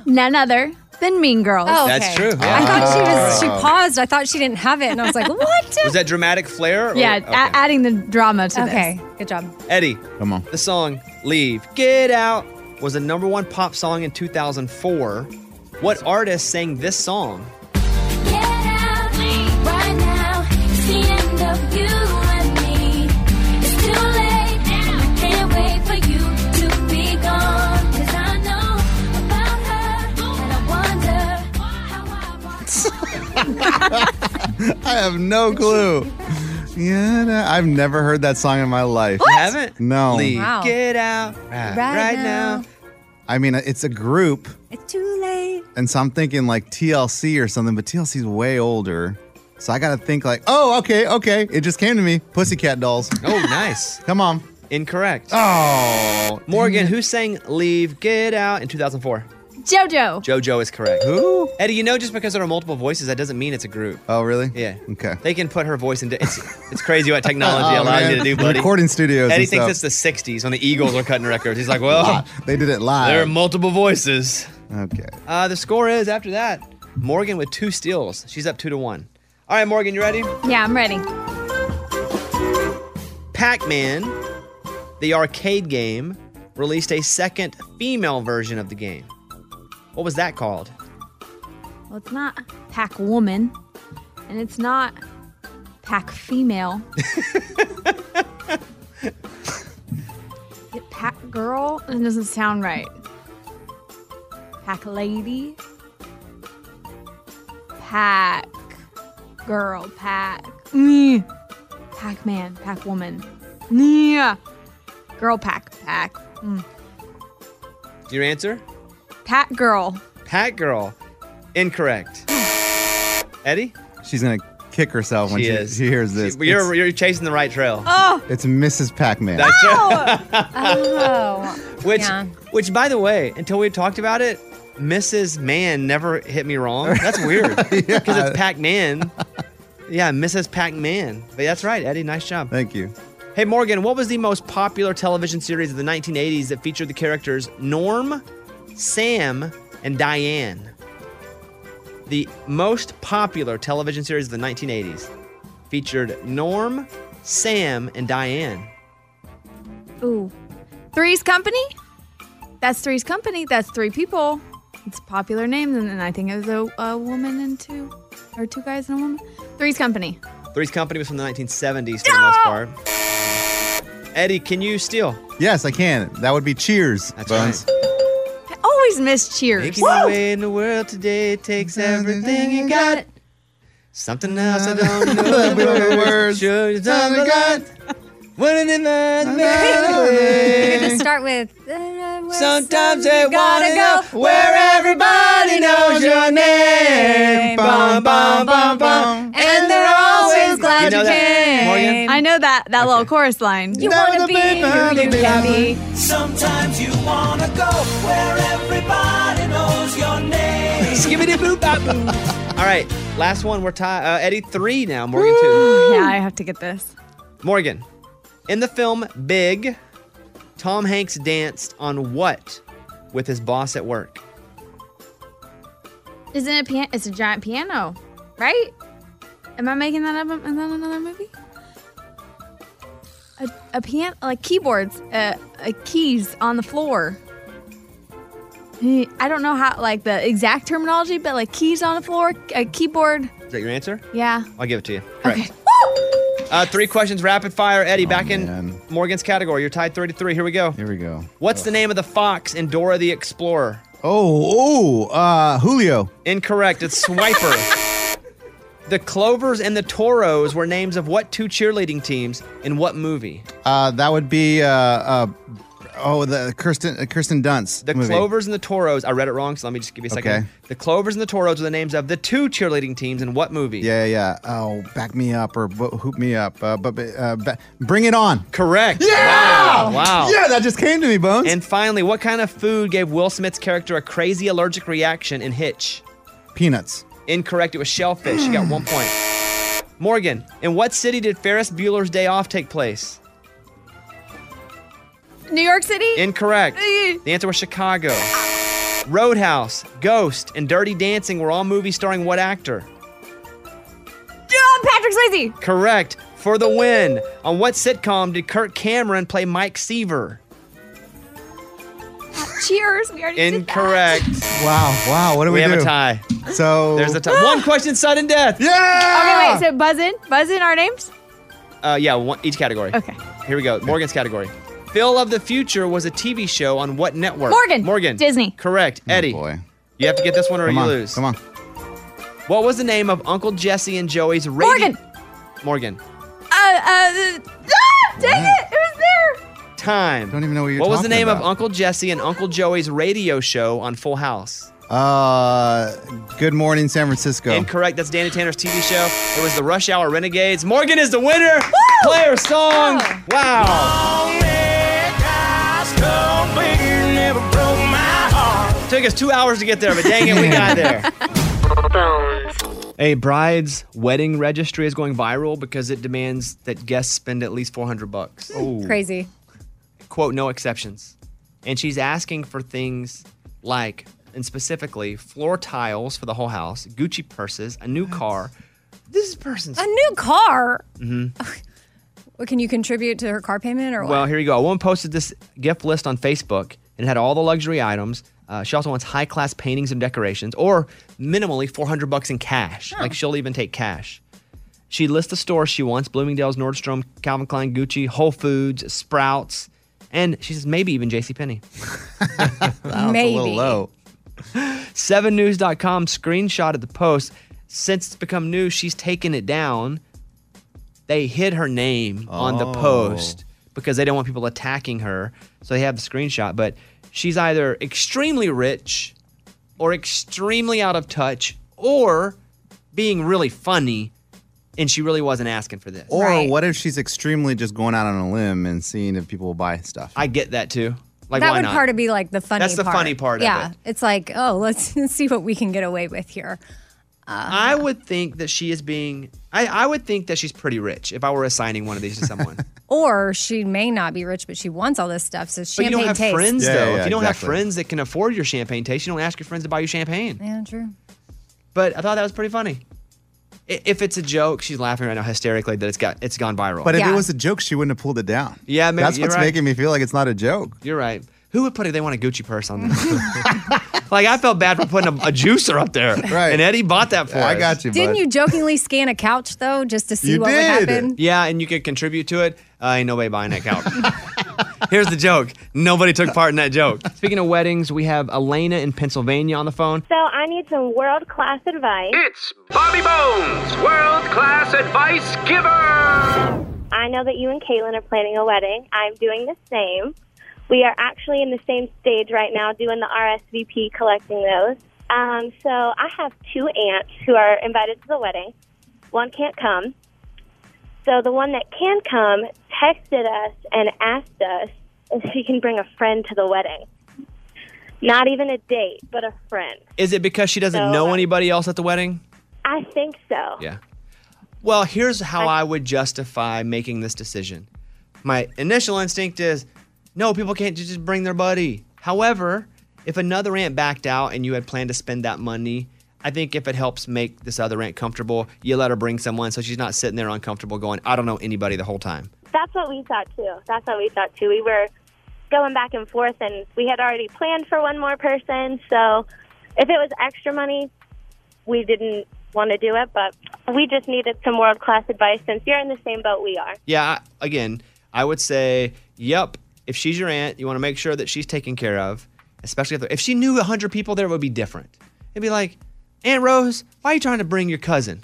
A: None other than Mean Girls.
E: Oh,
D: That's
E: okay.
D: true, yeah.
E: I thought she was. She
D: Oh.
E: paused. I thought she didn't have it, and I was like, "What?"
D: Was that dramatic flair? or-
A: yeah,
D: okay.
A: a- adding the drama to
E: Okay, good job.
D: Eddie.
G: Come on.
D: The song Leave, Get Out was a number one pop song in 2004. What artist sang this song?
G: I have no clue. Yeah, no, I've never heard that song in my life.
D: What? You haven't?
G: No.
D: Leave, Get Out right, right now.
G: I mean, it's a group,
E: It's too late.
G: and so I'm thinking like TLC or something, but TLC's way older. So I gotta think like, oh, okay, okay. It just came to me. Pussycat dolls.
D: Oh, nice.
G: Come on.
D: Incorrect.
G: Oh.
D: Morgan, who sang Leave, Get Out in 2004?
A: JoJo.
D: JoJo is correct. Who? Eddie, you know, just because there are multiple voices, that doesn't mean it's a group.
G: Oh, really?
D: Yeah.
G: Okay.
D: They can put her voice into it's, it's crazy what technology
G: Oh,
D: allows
G: man.
D: you to do, buddy.
G: Recording studios
D: Eddie
G: and
D: thinks
G: stuff.
D: it's the 60s when the Eagles were cutting records. He's like, well,
G: they did it live.
D: There are multiple voices.
G: Okay.
D: Uh, the score is after that, Morgan with two steals. She's up two to one. All right, Morgan, you ready?
A: this. Yeah, I'm ready.
D: Pac Man, the arcade game, released a second female version of the game. What was that called?
A: Well, it's not pack woman, and it's not pack female. It pack girl? It doesn't sound right. Pack lady. Pack girl. Pack. Mm. Pac man. Pac woman. Yeah. Girl pack. Pack. Mm.
D: Your answer?
A: Pack girl.
D: Pac Girl. Incorrect. Eddie?
G: She's gonna kick herself when
D: She
G: she,
D: is.
G: she hears this.
D: You're, you're chasing the right trail.
A: Oh.
G: It's Mrs. Pac-Man.
D: That's
E: Oh.
D: Which, which, by the way, until we talked about it, Mrs. Man never hit me wrong. That's weird because it's Pac Man. Yeah, Mrs. Pac Man. But that's right, Eddie. Nice job.
G: Thank you.
D: Hey, Morgan, what was the most popular television series of the 1980s that featured the characters Norm, Sam, and Diane? The most popular television series of the 1980s featured Norm, Sam, and Diane.
A: Ooh. Three's Company? That's Three's Company. That's three people. It's a popular name, and and I think it was a, a woman and two, or two guys and a woman. Three's Company.
D: Three's Company was from the 1970s for the most part. Eddie, can you steal?
G: Yes, I can. That would be Cheers. That's Bones.
A: I always miss Cheers.
D: Making your way in the world today takes everything you got. Something else I don't know the words. Sure, it's all I got. What an
E: We're
D: amazing
E: gonna start with.
D: Sometimes they wanna
E: go where
D: everybody knows your name. Bum, bum, bum, bum.
A: And
E: they're always glad
D: You know you that, came. Morgan?
A: I know that that little chorus line.
E: You wanna be who you can be.
C: Sometimes you wanna go where everybody knows your name.
D: Skibbity boop bop boop. All right, last one. We're tied. Uh, Eddie three now. Morgan two.
A: Yeah, I have to get this.
D: Morgan, in the film Big, Tom Hanks danced on what with his boss at work?
A: Isn't it? Pian- it's a giant piano, right? Am I making that up? Is that another movie? A, a piano, like keyboards, uh, uh, keys on the floor. Eh, I don't know how, like the exact terminology, but like keys on the floor, a keyboard.
D: Is that your answer?
A: Yeah.
D: I'll give it to you. Correct. Uh, three questions, rapid fire. Eddie, back in Morgan's category. You're tied three to three. Here we go. Here
G: Oh, we go.
D: What's the name of the fox in Dora the Explorer?
G: Oh, oh, uh, Julio.
D: Incorrect. It's Swiper. the Clovers and the Toros were names of what two cheerleading teams in what movie?
G: Uh, that would be uh, uh, Oh, the Kirsten uh, Kirsten Dunst. The movie.
D: Clovers and the Toros. I read it wrong, so let me just give you a second.
G: Okay.
D: The Clovers and the Toros are the names of the two cheerleading teams in what movie?
G: Yeah, yeah. yeah. Oh, back me up or bo- hoop me up. Uh, but uh, ba- bring it on.
D: Correct.
G: Yeah.
D: Wow. wow.
G: Yeah, that just came to me, Bones.
D: And finally, what kind of food gave Will Smith's character a crazy allergic reaction in Hitch?
G: Peanuts.
D: Incorrect. It was shellfish. you got one point. Morgan, in what city did Ferris Bueller's Day Off take place?
A: New York City?
D: Incorrect.
A: Eh.
D: The answer was Chicago. Roadhouse, Ghost, and Dirty Dancing were all movies starring what actor?
A: Ah, Patrick Swayze.
D: Correct. For the win. On what sitcom did Kirk Cameron play Mike Seaver?
A: Cheers. We already did that.
D: Incorrect.
G: Wow, wow. What do we,
D: We have a
G: do?
D: tie.
G: So
D: There's a tie. one question, sudden death.
A: Okay, wait. So buzz in, buzz in our names.
D: Uh, yeah, one, each category. Okay. Here we go. Morgan's category. Phil of the Future was a TV show on what network?
A: Morgan.
D: Morgan.
A: Disney.
D: Correct. Eddie. boy. You have to get this one or
G: Oh, Come
D: you
G: on,
D: lose.
G: Come on.
D: What was the name of Uncle Jesse and Joey's radio? Morgan. Morgan.
A: Uh, uh, ah, dang it! It was there.
D: Time.
G: Don't even know what you're
D: What was the
G: talking
D: name of
G: about.
D: Uncle Jesse and Uncle Joey's radio show on Full House?
G: Uh, good morning, San Francisco.
D: Incorrect. That's Danny Tanner's TV show. It was the Rush Hour Renegades. Morgan is the winner. Player song. Wow. Took us two hours to get there, but dang it, we got there. A bride's wedding registry is going viral because it demands that guests spend at least 400 bucks. Oh.
E: Crazy.
D: Quote, no exceptions. And she's asking for things like, and specifically, floor tiles for the whole house, Gucci purses, a new car. This person's
E: a new car.
D: Mm-hmm.
E: Well, can you contribute to her car payment or what?
D: Well, here you go. A woman posted this gift list on Facebook and it had all the luxury items. Uh, she also wants high class paintings and decorations, or minimally 400 bucks in cash. Like she'll even take cash. She lists the stores she wants: Bloomingdale's, Nordstrom, Calvin Klein, Gucci, Whole Foods, Sprouts, and she says maybe even J.C. Penney.
E: Maybe. low.
D: 7news.com screenshot of the post. Since it's become news, she's taken it down. They hid her name on the
O: Oh.
D: post because they don't want people attacking her. So they have the screenshot, but she's either extremely rich or extremely out of touch or being really funny and she really wasn't asking for this.
G: Or what if she's extremely just going out on a limb and seeing if people will buy stuff?
D: I get that too. Like
E: that would part of be like the funny
D: That's the
E: part.
D: funny part of
E: Yeah.
D: it.
E: It's like, oh, let's see what we can get away with here.
D: I would think that she is being. I, I would think that she's pretty rich if I were assigning one of these to someone.
E: Or she may not be rich, but she wants all this stuff. So
D: but
E: champagne
D: you don't have
E: taste.
D: friends though.
G: yeah,
D: if you don't
G: exactly.
D: have friends that can afford your champagne taste, you don't ask your friends to buy you champagne.
E: Yeah, true.
D: But I thought that was pretty funny. I- If it's a joke, she's laughing right now hysterically that it's got it's gone viral.
G: But if it was a joke, she wouldn't have pulled it down.
D: Yeah, maybe-
G: that's
D: you're
G: what's
D: right.
G: making me feel like it's not a joke.
D: you're right. Who would put it? They want a Gucci purse on them. like I felt bad for putting a, a juicer up there. Right. And Eddie bought that for us.
G: I got you,
E: Didn't you jokingly scan a couch though, just to see what would happen?
D: Yeah, and you could contribute to it. Uh, ain't nobody buying that couch. Here's the joke. Nobody took part in that joke. Speaking of weddings, we have Elena in Pennsylvania on the phone.
P: So I need some world class advice. It's
Q: Bobby Bones, world class advice giver.
P: I know that you and Caitlin are planning a wedding. I'm doing the same. We are actually in the same stage right now doing the RSVP, collecting those. Um, so I have two aunts who are invited to the wedding. One can't come. So the one that can come texted us and asked us if she can bring a friend to the wedding. Not even a date, but a friend.
D: Is it because she doesn't
P: So,
D: know
P: uh,
D: anybody else at the wedding?
P: I think so.
D: Yeah. Well, here's how I would justify making this decision. My initial instinct is no, people can't ju- just bring their buddy. However, if another aunt backed out and you had planned to spend that money, I think if it helps make this other aunt comfortable, you let her bring someone so she's not sitting there uncomfortable going, I don't know anybody the whole time.
P: That's what we thought too. That's what we thought too. We were going back and forth, and we had already planned for one more person. So if it was extra money, we didn't want to do it, but we just needed some world class advice since you're in the same boat we are.
D: Yeah, I- again, I would say, yep, if she's your aunt, you want to make sure that she's taken care of, especially if, if she knew 100 people there, it would be different. It'd be like, Aunt Rose, why are you trying to bring your cousin?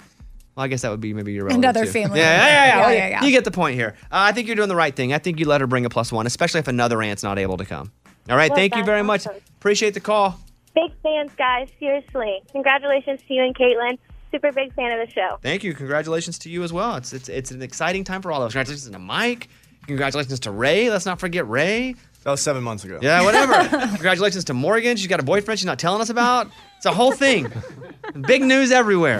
D: Well, I guess that would be maybe your relative
E: Another
D: too.
E: family
D: Yeah,
E: member.
D: yeah, yeah,
E: Yeah,
D: well,
E: yeah, yeah.
D: You get the point here. Uh, I think you're doing the right thing. I think you let her bring a plus one, especially if another aunt's not able to come. All right,
P: Well,
D: thank you
P: that's
D: very much.
P: awesome.
D: Appreciate the call.
P: Big fans, guys. Seriously. Congratulations to you and Caitlin. Super big fan of the show.
D: Thank you. Congratulations to you as well. It's it's it's an exciting time for all of us. Congratulations to Mike. Congratulations to Ray. Let's not forget Ray.
O: That was seven months ago.
D: Yeah, whatever. Congratulations to Morgan. She's got a boyfriend she's not telling us about. It's a whole thing. Big news everywhere.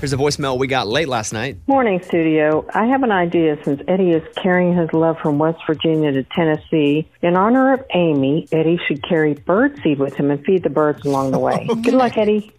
D: Here's a voicemail we got late last night.
R: Morning, studio. I have an idea since Eddie is carrying his love from West Virginia to Tennessee. In honor of Amy, Eddie should carry birdseed with him and feed the birds along the way. Good luck, Eddie.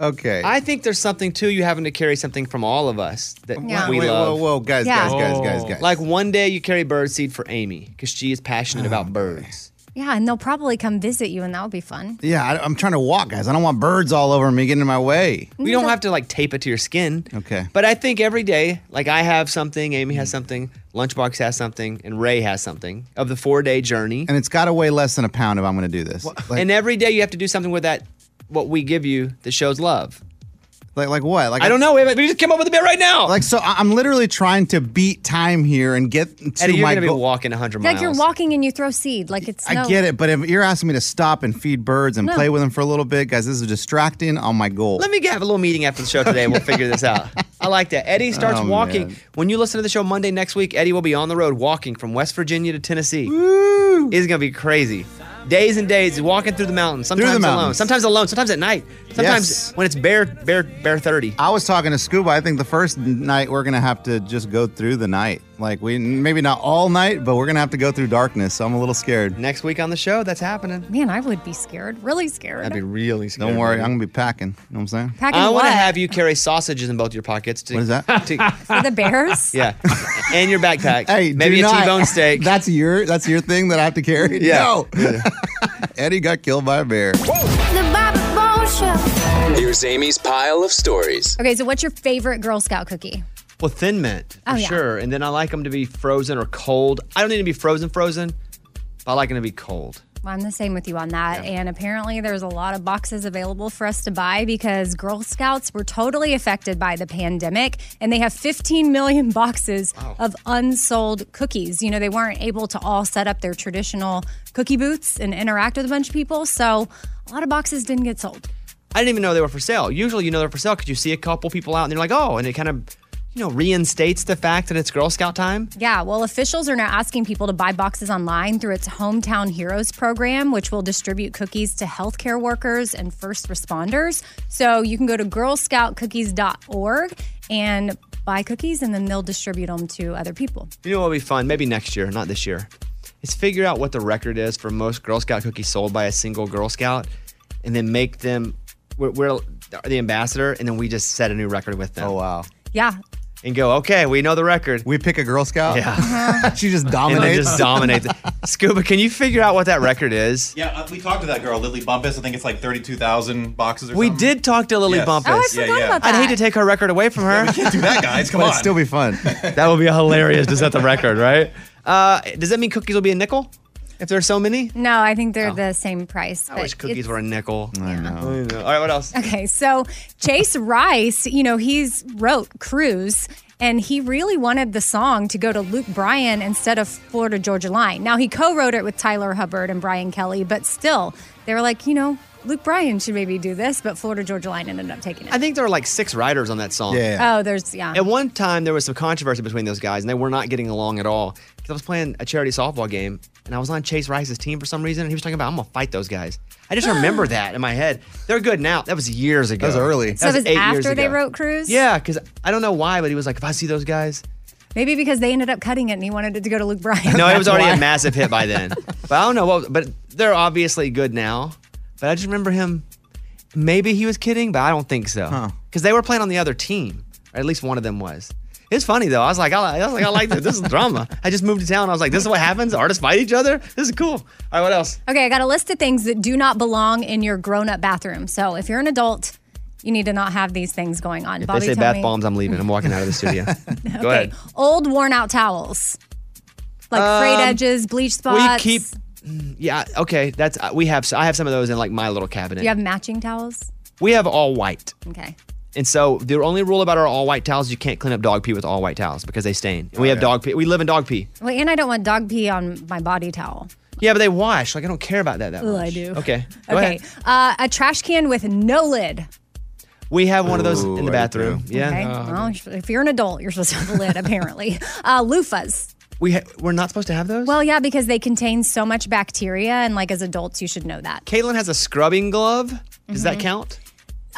D: Okay. I think there's something to you having to carry something from all of us that
G: Yeah.
D: we
G: Wait, whoa,
D: love.
G: whoa, guys,
E: Yeah.
G: guys, guys, guys, guys.
D: Like one day you carry birdseed for Amy because she is passionate
G: Oh
D: about birds.
E: Yeah, and they'll probably come visit you, and that would be fun.
G: Yeah, I, I'm trying to walk, guys. I don't want birds all over me getting in my way.
D: We don't have to like tape it to your skin.
G: Okay.
D: But I think every day, like I have something, Amy
G: Mm.
D: has something, Lunchbox has something, and Ray has something of the four day journey.
G: And it's got to weigh less than a pound if I'm going to do this. Like,
D: and every day you have to do something with that, what we give you that shows love.
G: like, like what? Like
D: I don't know. Wait, wait, we just came up with a bit right now.
G: Like, so I- I'm literally trying to beat time here and get to
D: Eddie, you're
G: my
D: going to be
G: goal.
D: walking 100
E: Like you're
D: miles.
E: walking and you throw seed. Like it's.
G: I get it, but if you're asking me to stop and feed birds and
E: No.
G: play with them for a little bit, guys, this is distracting on my goal.
D: Let me have a little meeting after the show today and we'll figure this out. I like that. Eddie starts
G: Oh,
D: walking.
G: man.
D: When you listen to the show Monday next week, Eddie will be on the road walking from West Virginia to Tennessee. It's going to be crazy. Days and days walking through the mountains,
G: the
D: sometimes alone,
G: mountains.
D: sometimes alone, sometimes at night, sometimes when it's bare, bare, bare thirty.
G: I was talking to Scuba. I think the first night we're gonna have to just go through the night. Like we maybe not all night, but we're gonna have to go through darkness. So I'm a little scared.
D: Next week on the show, that's happening.
E: Man, I would be scared. Really scared.
G: I'd
D: be really scared.
G: Don't worry, I'm gonna be packing. You know what I'm saying?
E: Packing
D: I want to
E: what?
D: have you carry sausages in both your pockets. To, what is that?
E: For the bears.
D: yeah, and your backpack.
G: Hey, do
D: maybe a
G: not-
D: T-bone steak.
G: That's your that's your thing that I have to carry.
D: Yeah.
G: No. Eddie got killed by a bear.
E: The Bobby Bones Show.
L: Here's Amy's pile of stories.
E: Okay, so what's your favorite Girl Scout cookie?
D: Well, thin mint for
E: Oh, yeah.
D: sure, and then I like them to be frozen or cold. I don't need to be frozen, frozen. But I like them to be cold.
E: Well, I'm the same with you on that. And apparently, there's a lot of boxes available for us to buy because Girl Scouts were totally affected by the pandemic and they have 15 million boxes of unsold cookies. You know, they weren't able to all set up their traditional cookie booths and interact with a bunch of people. So, a lot of boxes didn't get sold.
D: I didn't even know they were for sale. Usually, you know they're for sale because you see a couple people out and they're like, oh, and it kind of, you know, reinstates the fact that it's Girl Scout time.
E: Yeah, well, officials are now asking people to buy boxes online through its Hometown Heroes program, which will distribute cookies to healthcare workers and first responders. So you can go to girlscoutcookies.org and buy cookies, and then they'll distribute them to other people.
D: You know what would be fun? Maybe next year, not this year. Is figure out what the record is for most Girl Scout cookies sold by a single Girl Scout, and then make them. We're, we're the ambassador, and then we just set a new record with them. Oh
G: wow!
E: Yeah.
D: And go. Okay, we know the record.
G: We pick a Girl Scout.
D: Yeah.
G: she just
D: And they
G: dominates.
D: just dominate. the- Scuba, can you figure out what that record is?
O: Yeah, uh, we talked to that girl, Lily Bumpus. I think it's like 32,000 boxes or
D: We
O: something.
D: did talk to Lily
O: Yes.
D: Bumpus.
O: Oh, I forgot Yeah, yeah. about
D: I'd hate
O: that.
D: to take her record away from her.
O: can't do that, guys. Come
D: But
O: on.
D: it'd still
G: be fun.
D: that would be hilarious to set the record, right? Uh, does that mean cookies will be a nickel? If there's so many?
E: No, I think they're the same price.
D: Oh. I
E: but
D: wish cookies
E: it's-
D: were a nickel. I know. All right, what else?
E: Okay, so Chase Rice, you know, he's wrote Cruise and he really wanted the song to go to Luke Bryan instead of Florida Georgia Line. Now he co-wrote it with Tyler Hubbard and Brian Kelly, but still they were like, you know, Luke Bryan should maybe do this, but Florida Georgia Line ended up taking it.
D: I think there are like six writers on that song.
E: Oh, there's yeah.
D: At one time, there was some controversy between those guys, and they were not getting along at all. 'Cause I was playing a charity softball game, and I was on Chase Rice's team for some reason, and he was talking about, I'm going to fight those guys. I just remember that in my head. They're good now. That was years ago.
G: was early.
E: so it was
D: eight years
E: after they
D: ago.
E: wrote Cruise?
D: Yeah, because I don't know why, but he was like, if I see those guys.
E: Maybe because they ended up cutting it and he wanted it to go to Luke Bryan.
D: No, it was already
E: Why?
D: a massive hit by then. but I don't know what, but they're obviously good now. But I just remember him, maybe he was kidding, but I don't think so. Because they were playing on the other team, or at least one of them was. It's funny though. I was like, I, li- I was like, I like this. This is drama. I just moved to town. I was like, this is what happens. Artists fight each other. This is cool. All right, what else?
E: Okay, I got a list of things that do not belong in your grown-up bathroom. So if you're an adult, you need to not have these things going on.
D: If
E: Bobby,
D: they say
E: tell
D: bath
E: me-
D: bombs, I'm leaving. I'm walking out of the studio. Go ahead.
E: Old worn-out towels, like frayed
D: Um,
E: edges, bleach spots.
D: We keep. mm, Yeah. Okay. That's uh, we have. I have some of those in like my little cabinet.
E: You have matching towels.
D: We have all white.
E: Okay.
D: And so the only rule about our all white towels, you can't clean up dog pee with all white towels because they stain. And we
G: Oh,
D: have dog pee. We live in dog pee.
E: Well, and I don't want dog pee on my body towel.
D: Yeah, but they wash. Like I don't care about that. That
E: Ugh,
D: much.
E: I do.
D: Okay. Go
E: Okay.
D: ahead.
E: Uh, a trash can with no lid.
D: We have one of those in the bathroom. Yeah. Uh,
E: Okay. well, if you're an adult, you're supposed to have a lid, apparently. Uh, loofahs.
D: We ha- we're not supposed to have those.
E: Well, yeah, because they contain so much bacteria, and like as adults, you should know that.
D: Caitlin has a scrubbing glove. Does that
E: Mhm.
D: count?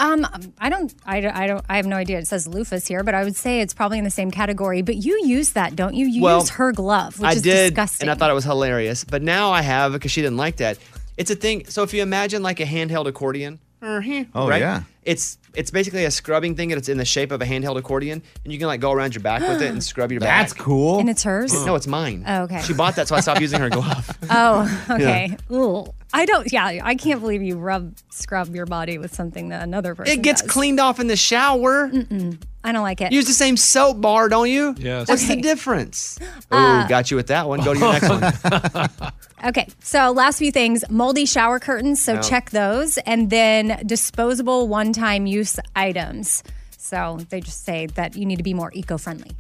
E: Um, I don't, I don't, I don't, I have no idea. It says loofahs here, but I would say it's probably in the same category. But you use that, don't you? You
D: Well,
E: use her glove, which
D: I
E: is
D: did,
E: disgusting.
D: and I thought it was hilarious. But now I have because she didn't like that. It's a thing. So if you imagine like a handheld accordion,
G: Oh,
D: right?
G: yeah.
D: It's it's basically a scrubbing thing, and it's in the shape of a handheld accordion, and you can like go around your back with it and scrub your back.
G: That's cool.
E: And it's hers?
D: No, it's mine.
E: Oh, okay.
D: She bought that, so I stopped using her glove.
E: oh, okay. Ooh. I don't. Yeah, I can't believe you rub scrub your body with something that another person.
D: It gets
E: does.
D: cleaned off in the shower.
E: Mm-mm. I don't like it.
D: Use the same soap bar, don't you?
M: Yes.
D: What's
E: Okay.
D: the difference?
E: Uh,
D: oh, got you with that one. Go to your next one.
E: Okay, so last few things moldy shower curtains, so
D: No.
E: check those, and then disposable one time use items. So they just say that you need to be more eco friendly.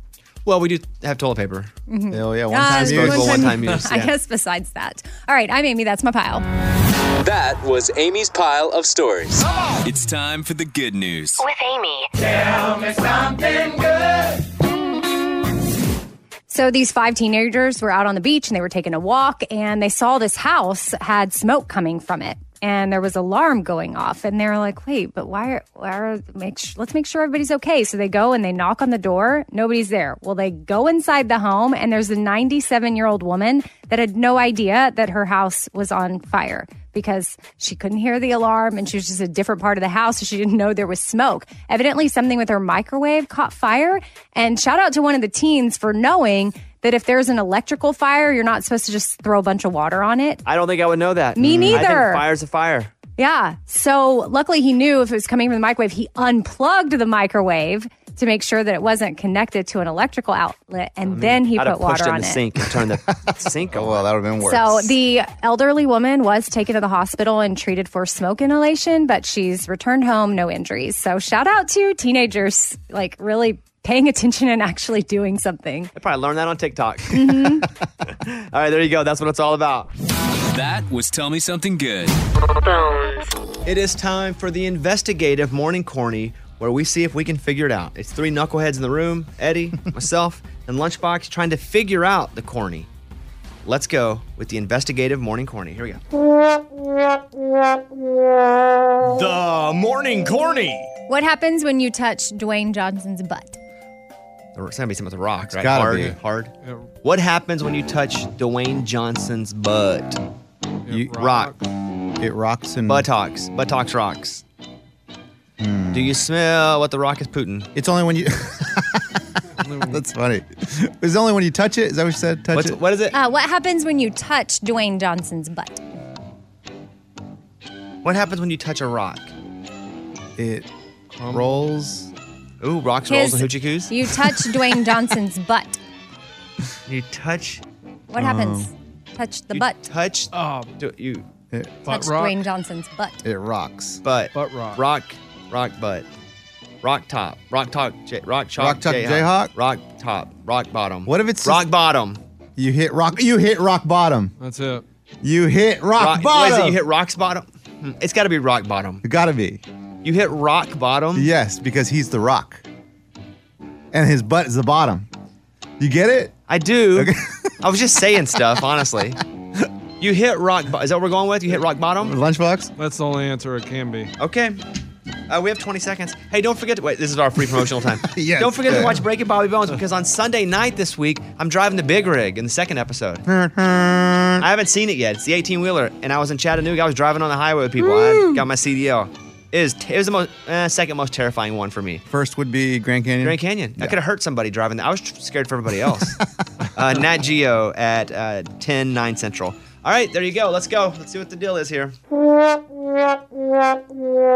D: Well, we do have toilet paper.
E: Mhm.
D: Oh yeah,
E: Ah,
D: Disposable, one time use.
E: I
D: yeah.
E: guess besides that. All right, I'm Amy, that's my pile.
L: That was Amy's pile of stories.
S: It's time for the good news.
L: With Amy.
S: Tell me something good.
E: So these five teenagers were out on the beach and they were taking a walk and they saw this house had smoke coming from it and there was alarm going off and they're like, wait, but why? Are, why are make sh- let's make sure everybody's okay. So they go and they knock on the door. Nobody's there. Well, they go inside the home and there's a 97 year old woman that had no idea that her house was on fire because she couldn't hear the alarm and she was just a different part of the house. So she didn't know there was smoke. Evidently, something with her microwave caught fire. And shout out to one of the teens for knowing that if there's an electrical fire, you're not supposed to just throw a bunch of water on it.
D: I don't think I would know that.
E: Me
D: I think
E: neither.
D: fire's a fire.
E: Yeah. So luckily he knew if it was coming from the microwave, he unplugged the microwave to make sure that it wasn't connected to an electrical outlet. And then he
D: I'd
E: put
D: have pushed
E: water
D: in
E: on
D: the
E: it.
D: sink and turned the sink on.
G: Well, that would have been
E: So the elderly woman was taken to the hospital and treated for smoke inhalation, but she's returned home, no injuries. So shout out to teenagers, like really paying attention and actually doing something.
D: I probably learned that on TikTok.
E: Mm-hmm.
D: All right, there you go. That's what it's all about.
S: That was Tell Me Something Good.
D: It is time for the investigative morning corny where we see if we can figure it out. It's three knuckleheads in the room Eddie, myself, and Lunchbox trying to figure out the corny. Let's go with the investigative morning corny. Here we go.
E: The
D: morning corny.
E: What happens when you touch Dwayne Johnson's butt?
D: It's gonna be something with a rock, right?
G: gotta
D: hard,
G: be.
D: hard. What happens when you touch Dwayne Johnson's butt? You rock.
G: It rocks and
D: buttocks. Buttocks rocks. Do you smell what the rock is pooting?
G: Hmm. It's only when you. That's funny. It's only when you touch it. Is that what you said? Touch
D: What's-
G: it.
D: What is it?
E: Uh, what happens when you touch Dwayne Johnson's butt?
D: What happens when you touch a rock?
G: It rolls.
D: Ooh, rocks, rolls, and hoochie coos.
E: You touch Dwayne Johnson's butt.
D: You touch.
E: What happens? Touch the
D: you
E: butt.
D: Touch. Oh, do, you.
E: Touch Dwayne Johnson's butt.
D: It rocks. Butt. Butt rock. Rock. Rock butt. Rock top. Rock top. J, rock chalk.
G: Rock top
D: Jayhawk. Rock top. Rock bottom.
G: What if it's
D: rock bottom?
G: You hit rock. You hit rock bottom.
M: That's it.
G: You hit rock,
D: Why is
G: bottom.
D: it you hit rock's bottom? Hmm, It's got to be rock bottom.
G: It gotta be.
D: You hit rock bottom.
G: Yes, because he's the rock, and his butt is the bottom. You get it?
D: I do. I was just saying stuff, honestly. You hit rock. Bo- is that what we're going with? You hit rock bottom.
G: Lunchbox.
M: That's the only answer it can be.
D: Okay. Uh, we have 20 seconds. Hey, don't forget to wait. This is our free promotional time.
M: Yes.
D: Don't forget to watch Breaking Bobby Bones because on Sunday night this week, I'm driving the big rig in the second episode. I haven't seen it yet. It's the 18 wheeler, and I was in Chattanooga. I was driving on the highway with people.
G: Mm.
D: I got my CDL. It, is, it was the most eh, second most terrifying one for me.
G: First would be Grand Canyon.
D: Grand Canyon. I could have hurt somebody driving. That. I was scared for everybody else. uh, Nat Geo at uh, 10 9 central. All right, there you go. Let's go. Let's see what the deal is here.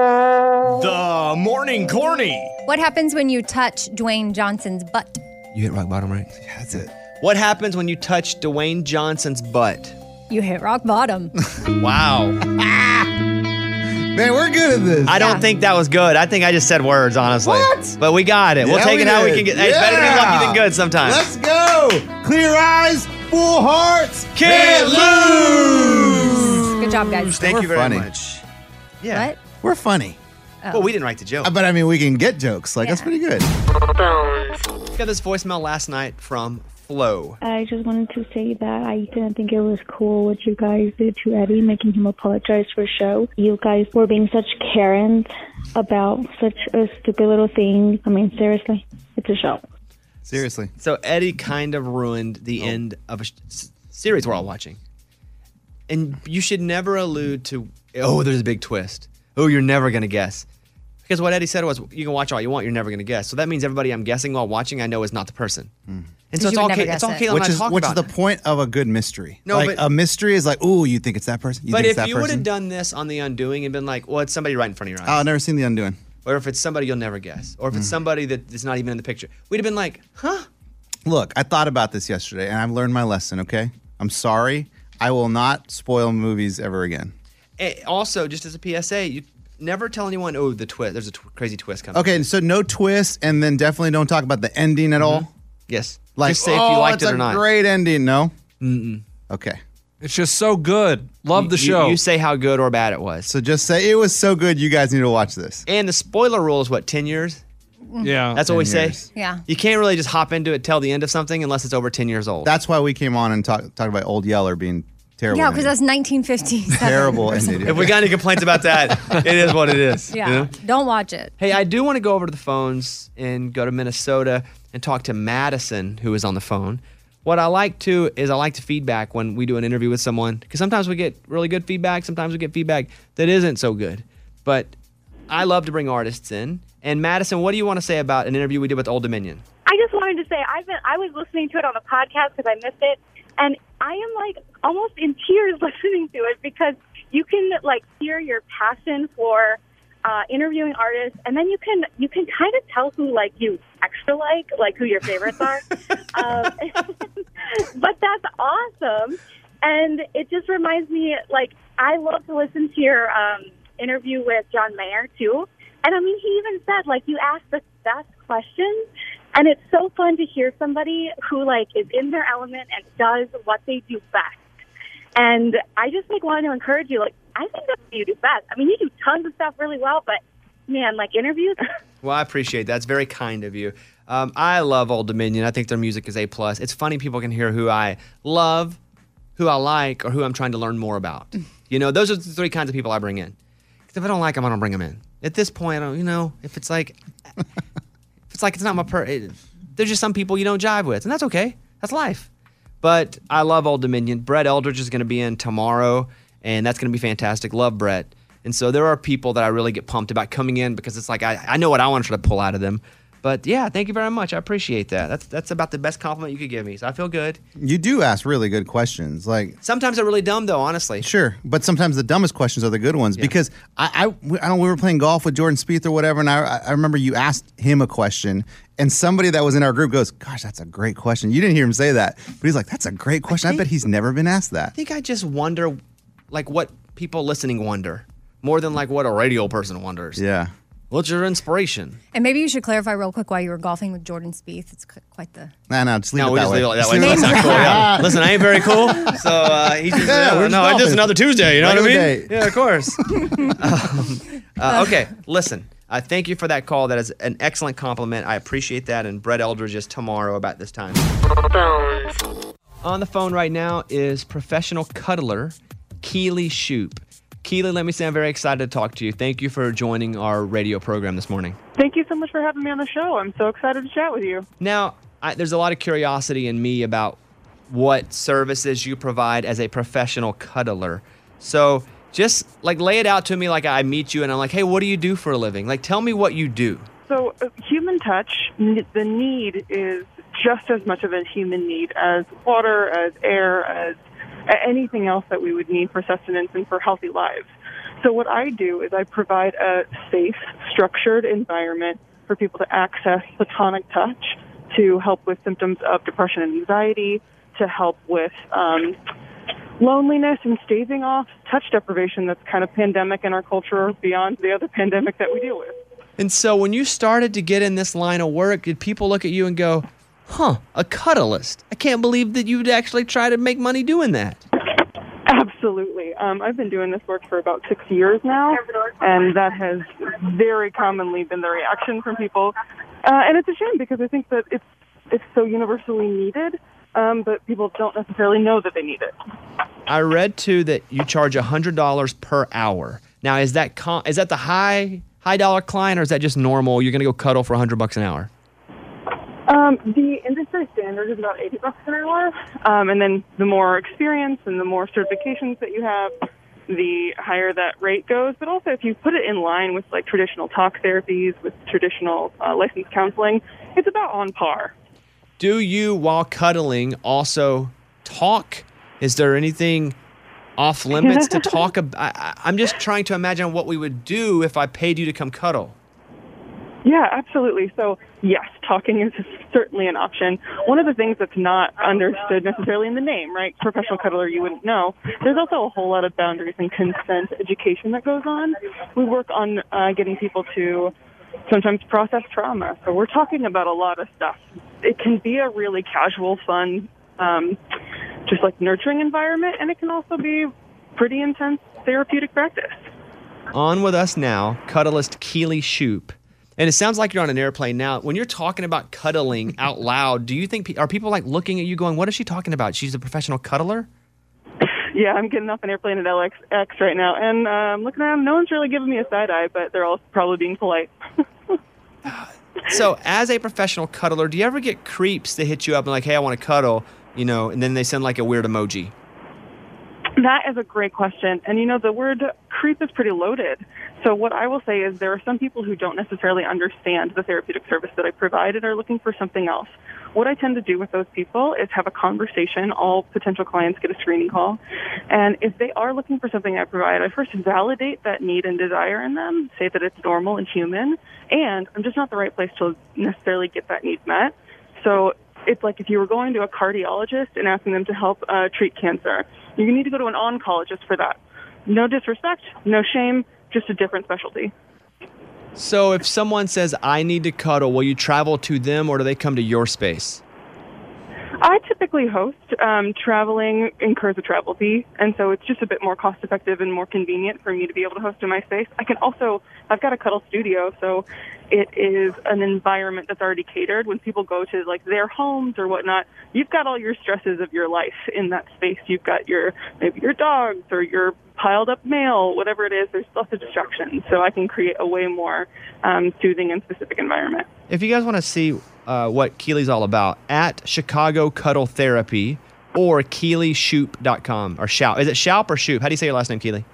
D: The morning corny.
E: What happens when you touch Dwayne Johnson's butt?
D: You hit rock bottom, right?
G: That's it.
D: What happens when you touch Dwayne Johnson's butt?
E: You hit rock bottom.
D: Wow.
G: Man, we're good at this.
D: I don't think that was good. I think I just said words, honestly. What? But we got it. we'll
G: Yeah,
D: take
G: we
D: it how we
G: did.
D: can get. Hey, It's better to be
G: Yeah.
D: lucky than good sometimes.
G: Let's go. Clear eyes, full hearts,
D: Can't
G: lose.
E: Good job, guys.
G: Thank you very
E: funny.
G: much.
E: Yeah. What?
G: We're funny.
E: Oh.
D: Well, we didn't write the joke.
G: Uh, But I mean, we can get jokes. Like, that's pretty good.
D: Got this voicemail last night from Flo.
T: I just wanted to say that I didn't think it was cool what you guys did to Eddie, making him apologize for show. You guys were being such Karens about such a stupid little thing. I mean, seriously, it's a show.
G: Seriously. Oh.
D: So Eddie kind of ruined the end of a sh- s- series we're all watching. And you should never allude to, oh, there's a big twist. Oh, you're never going to guess. Because what Eddie said was, you can watch all you want, you're never going to guess. So that means everybody I'm guessing while watching, I know is not the person. And so it's all, Ka- it's all Kayla
G: Hmm.
D: and
G: which
D: I
G: is,
D: talk
G: which
D: about.
G: is the point of a good mystery.
D: No,
G: like
D: but-
G: a mystery is like, ooh, you think it's that person? You
D: but
G: think it's
D: if
G: that
D: you would
G: person?
D: have done this on The Undoing and been like, well, it's somebody right in front of your eyes.
G: Oh, I've never seen The Undoing.
D: or if it's somebody you'll never guess. Or if
G: hmm.
D: it's somebody that is not even in the picture. We'd have been like, huh?
G: Look, I thought about this yesterday, and I've learned my lesson. Okay, I'm sorry. I will not spoil movies ever again.
D: Eh, also, just as a PSA, you never tell anyone, oh, the twist, there's a tw- crazy twist coming.
G: Okay, so no twist, and then definitely don't talk about the ending at all.
D: Yes.
G: Like,
D: Mm-hmm. Just say if you
G: "Oh,
D: liked
G: it's
D: it or
G: a
D: not."
G: Great ending. No. Mm-mm. Okay.
M: It's just so good. Love the
D: You-
M: show.
D: You say how good or bad it was.
G: So just say it was so good. You guys need to watch this.
D: And the spoiler rule is what, 10 years?
M: Yeah.
D: That's what we say.
E: Yeah.
D: You can't really just hop into it till the end of something unless it's over 10 years old.
G: That's why we came on and talked talk about Old Yeller being terrible.
E: Yeah,
G: ending.
E: because that's 1950s.
G: terrible ending.
D: if we got any complaints about that, it is what it is.
E: Yeah.
D: you know?
E: Don't watch it.
D: Hey, I do want to go over to the phones and go to Minnesota and talk to Madison, who is on the phone. What I like to is I like to feedback when we do an interview with someone because sometimes we get really good feedback, sometimes we get feedback that isn't so good. But I love to bring artists in. And Madison, what do you want to say about an interview we did with Old Dominion?
U: I just wanted to say I've been I was listening to it on a podcast because I missed it, and I am like almost in tears listening to it because you can like hear your passion for uh, interviewing artists, and then you can you can kind of tell who like you extra like, like who your favorites are. um, but that's awesome, and it just reminds me like I love to listen to your um, interview with John Mayer too, and I mean he even said like you asked the best questions. And it's so fun to hear somebody who like is in their element and does what they do best. And I just like wanted to encourage you, like, I think that's what you do best. I mean, you do tons of stuff really well, but man, like interviews,
D: Well, I appreciate that. It's very kind of you. Um, I love Old Dominion. I think their music is a plus. It's funny people can hear who I love, who I like, or who I'm trying to learn more about. you know, those are the three kinds of people I bring in. 'Cause if I don't like them, I don't bring them in. At this point, I don't. You know, if it's like, if it's like it's not my per. It, there's just some people you don't jive with, and that's okay. That's life. But I love Old Dominion. Brett Eldridge is going to be in tomorrow, and that's going to be fantastic. Love Brett. And so there are people that I really get pumped about coming in because it's like I, I know what I want to try to pull out of them. But yeah, thank you very much. I appreciate that. That's that's about the best compliment you could give me. So I feel good.
G: You do ask really good questions. Like
D: Sometimes they're really dumb though, honestly.
G: Sure, but sometimes the dumbest questions are the good ones because I, I, we- I don't. We were playing golf with Jordan Spieth or whatever, and I, I remember you asked him a question, and somebody that was in our group goes, "Gosh, that's a great question." You didn't hear him say that, but he's like, "That's a great question." I, bet he's never been asked that.
D: I think I just wonder, like what people listening wonder more than like what a radio person wonders.
G: Yeah.
D: What's your inspiration?
E: And maybe you should clarify real quick why you were golfing with Jordan Spieth. It's qu- quite the.
G: Nah, no, just leave
D: No,
G: it
D: we
G: that
D: just
G: way.
D: leave it that
G: Just
D: way.
G: leave
D: That's not cool. Yeah. Listen, I ain't very cool, so uh, he's just,
G: Yeah,
D: uh,
G: we're just
D: no, it's just
G: golfing.
D: another Tuesday. You know what I mean?
G: Regular day.
D: Yeah, of course. Um, uh, okay, listen. I thank you for that call. That is an excellent compliment. I appreciate that. And Brett Eldridge is tomorrow about this time. On the phone right now is professional cuddler Keely Shoop. Keely, let me say I'm very excited to talk to you. Thank you for joining our radio program this morning.
V: Thank you so much for having me on the show. I'm so excited to chat with you.
D: Now, I, there's a lot of curiosity in me about what services you provide as a professional cuddler. So just like lay it out to me like I meet you and I'm like, hey, what do you do for a living? Like, tell me what you do.
V: So, uh, human touch, n- the need is just as much of a human need as water, as air, as a- anything else that we would need for sustenance and for healthy lives. So, what I do is I provide a safe, structured environment for people to access platonic touch to help with symptoms of depression and anxiety, to help with um, loneliness and staving off touch deprivation that's kind of pandemic in our culture beyond the other pandemic that we deal with.
D: And so when you started to get in this line of work, did people look at you and go, huh, a cuddleist? I can't believe that you'd actually try to make money doing that.
V: Absolutely. Um, I've been doing this work for about six years now, and that has very commonly been the reaction from people. Uh, and it's a shame because I think that it's it's so universally needed, um, but people don't necessarily know that they need it.
D: I read too that you charge $100 per hour. Now, is that con- is that the high high dollar client or is that just normal? You're going to go cuddle for 100 bucks an hour?
V: Um, the industry standard is about 80 bucks an hour, um, and then the more experience and the more certifications that you have, the higher that rate goes. But also, if you put it in line with like traditional talk therapies, with traditional uh, licensed counseling, it's about on par.
D: Do you, while cuddling, also talk? Is there anything off limits to talk about? I, I'm just trying to imagine what we would do if I paid you to come cuddle.
V: Yeah, absolutely. So, yes, talking is certainly an option. One of the things that's not understood necessarily in the name, right? Professional cuddler, you wouldn't know. There's also a whole lot of boundaries and consent education that goes on. We work on uh, getting people to sometimes process trauma. So, we're talking about a lot of stuff. It can be a really casual, fun, um, just like nurturing environment, and it can also be pretty intense therapeutic practice.
D: On with us now, cuddleist Keely Shoop. And it sounds like you're on an airplane now. When you're talking about cuddling out loud, do you think pe- are people like looking at you going, "What is she talking about? She's a professional cuddler?"
V: Yeah, I'm getting off an airplane at LXX right now, and um, looking around, no one's really giving me a side eye, but they're all probably being polite.
D: So, as a professional cuddler, do you ever get creeps that hit you up and like, "Hey, I want to cuddle," you know, and then they send like a weird emoji?
V: That is a great question. And you know, the word creep is pretty loaded. So, what I will say is there are some people who don't necessarily understand the therapeutic service that I provide and are looking for something else. What I tend to do with those people is have a conversation. All potential clients get a screening call. And if they are looking for something I provide, I first validate that need and desire in them, say that it's normal and human, and I'm just not the right place to necessarily get that need met. So, it's like if you were going to a cardiologist and asking them to help uh, treat cancer. You need to go to an oncologist for that. No disrespect, no shame, just a different specialty.
D: So, if someone says, "I need to cuddle," will you travel to them or do they come to your space?
V: I typically host. Um, traveling incurs a travel fee, and so it's just a bit more cost effective and more convenient for me to be able to host in my space. I can also, I've got a cuddle studio, so it is an environment that's already catered. When people go to like their homes or whatnot, you've got all your stresses of your life in that space. You've got your, maybe your dogs or your piled up mail, whatever it is, there's lots of distractions. So I can create a way more um, soothing and specific environment.
D: If you guys want to see uh, what Keely's all about, at Chicago Cuddle Therapy or KeelyShoop.com or Shoup. Is it Shoup or Shoop? How do you say your last name, Keely?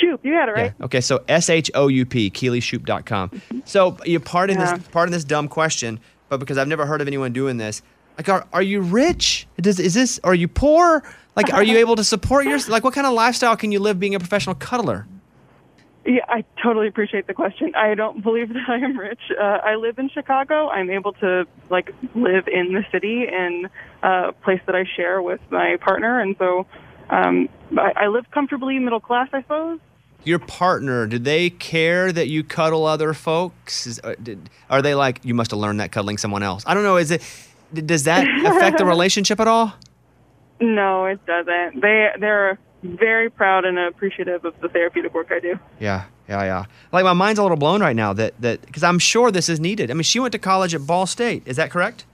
V: Shoop, you got it right.
D: Okay, so S H O U P, KeelyShoop.com. So you pardon
V: Yeah.
D: this pardon this dumb question, but because I've never heard of anyone doing this, like are are you rich? Does is this are you poor? Like are you able to support yours? Like what kind of lifestyle can you live being a professional cuddler?
V: Yeah, I totally appreciate the question. I don't believe that I am rich. Uh, I live in Chicago. I'm able to like live in the city in a place that I share with my partner, and so um, I, I live comfortably, middle class, I suppose.
D: Your partner, do they care that you cuddle other folks? Is, uh, did, are they like you must have learned that cuddling someone else? I don't know. Is it d- does that affect the relationship at all?
V: No, it doesn't. They they're very proud and appreciative of the therapeutic work I do.
D: Yeah, yeah, yeah. Like my mind's a little blown right now that that because I'm sure this is needed. I mean, she went to college at Ball State. Is that correct?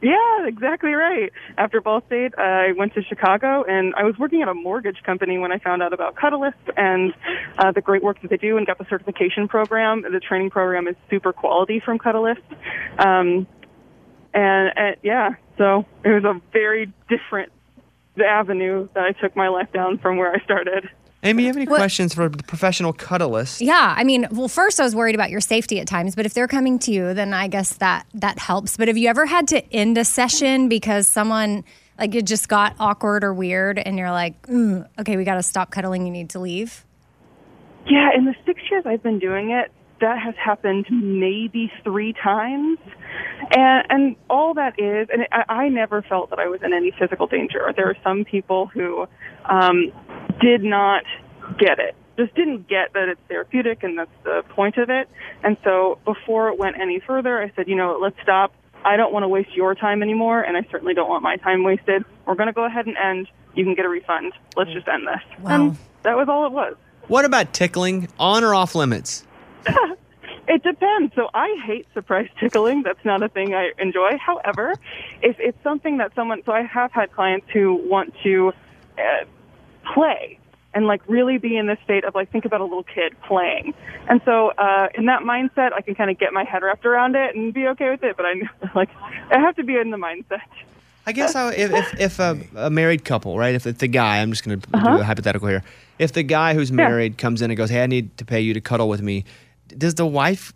V: Yeah, exactly right. After Ball State, I went to Chicago, and I was working at a mortgage company when I found out about Catalyst and uh, the great work that they do, and got the certification program. The training program is super quality from Catalyst, um, and, and yeah, so it was a very different avenue that I took my life down from where I started.
D: Amy, you have any
E: What-
D: questions for the professional cuddlist?
E: Yeah, I mean, well, first I was worried about your safety at times, but if they're coming to you, then I guess that that helps. But have you ever had to end a session because someone like it just got awkward or weird, and you're like, "Mm, okay, we got to stop cuddling. You need to leave.
V: Yeah, in the six years I've been doing it, that has happened maybe three times. And, and all that is, and I, I never felt that I was in any physical danger. There are some people who um, did not get it, just didn't get that it's therapeutic and that's the point of it. And so before it went any further, I said, you know, what, let's stop. I don't want to waste your time anymore, and I certainly don't want my time wasted. We're going to go ahead and end. You can get a refund. Let's just end this. Wow. And that was all it was.
D: What about tickling? On or off limits?
V: It depends. So I hate surprise tickling. That's not a thing I enjoy. However, if it's something that someone, so I have had clients who want to uh, play and like really be in this state of like think about a little kid playing. And so uh, in that mindset, I can kind of get my head wrapped around it and be okay with it. But I like I have to be in the mindset.
D: I guess I, if if, if a, a married couple, right? If, if the guy, I'm just going to
V: Uh-huh.
D: do a hypothetical here. If the guy who's married comes in and goes, "Hey, I need to pay you to cuddle with me," d- does the wife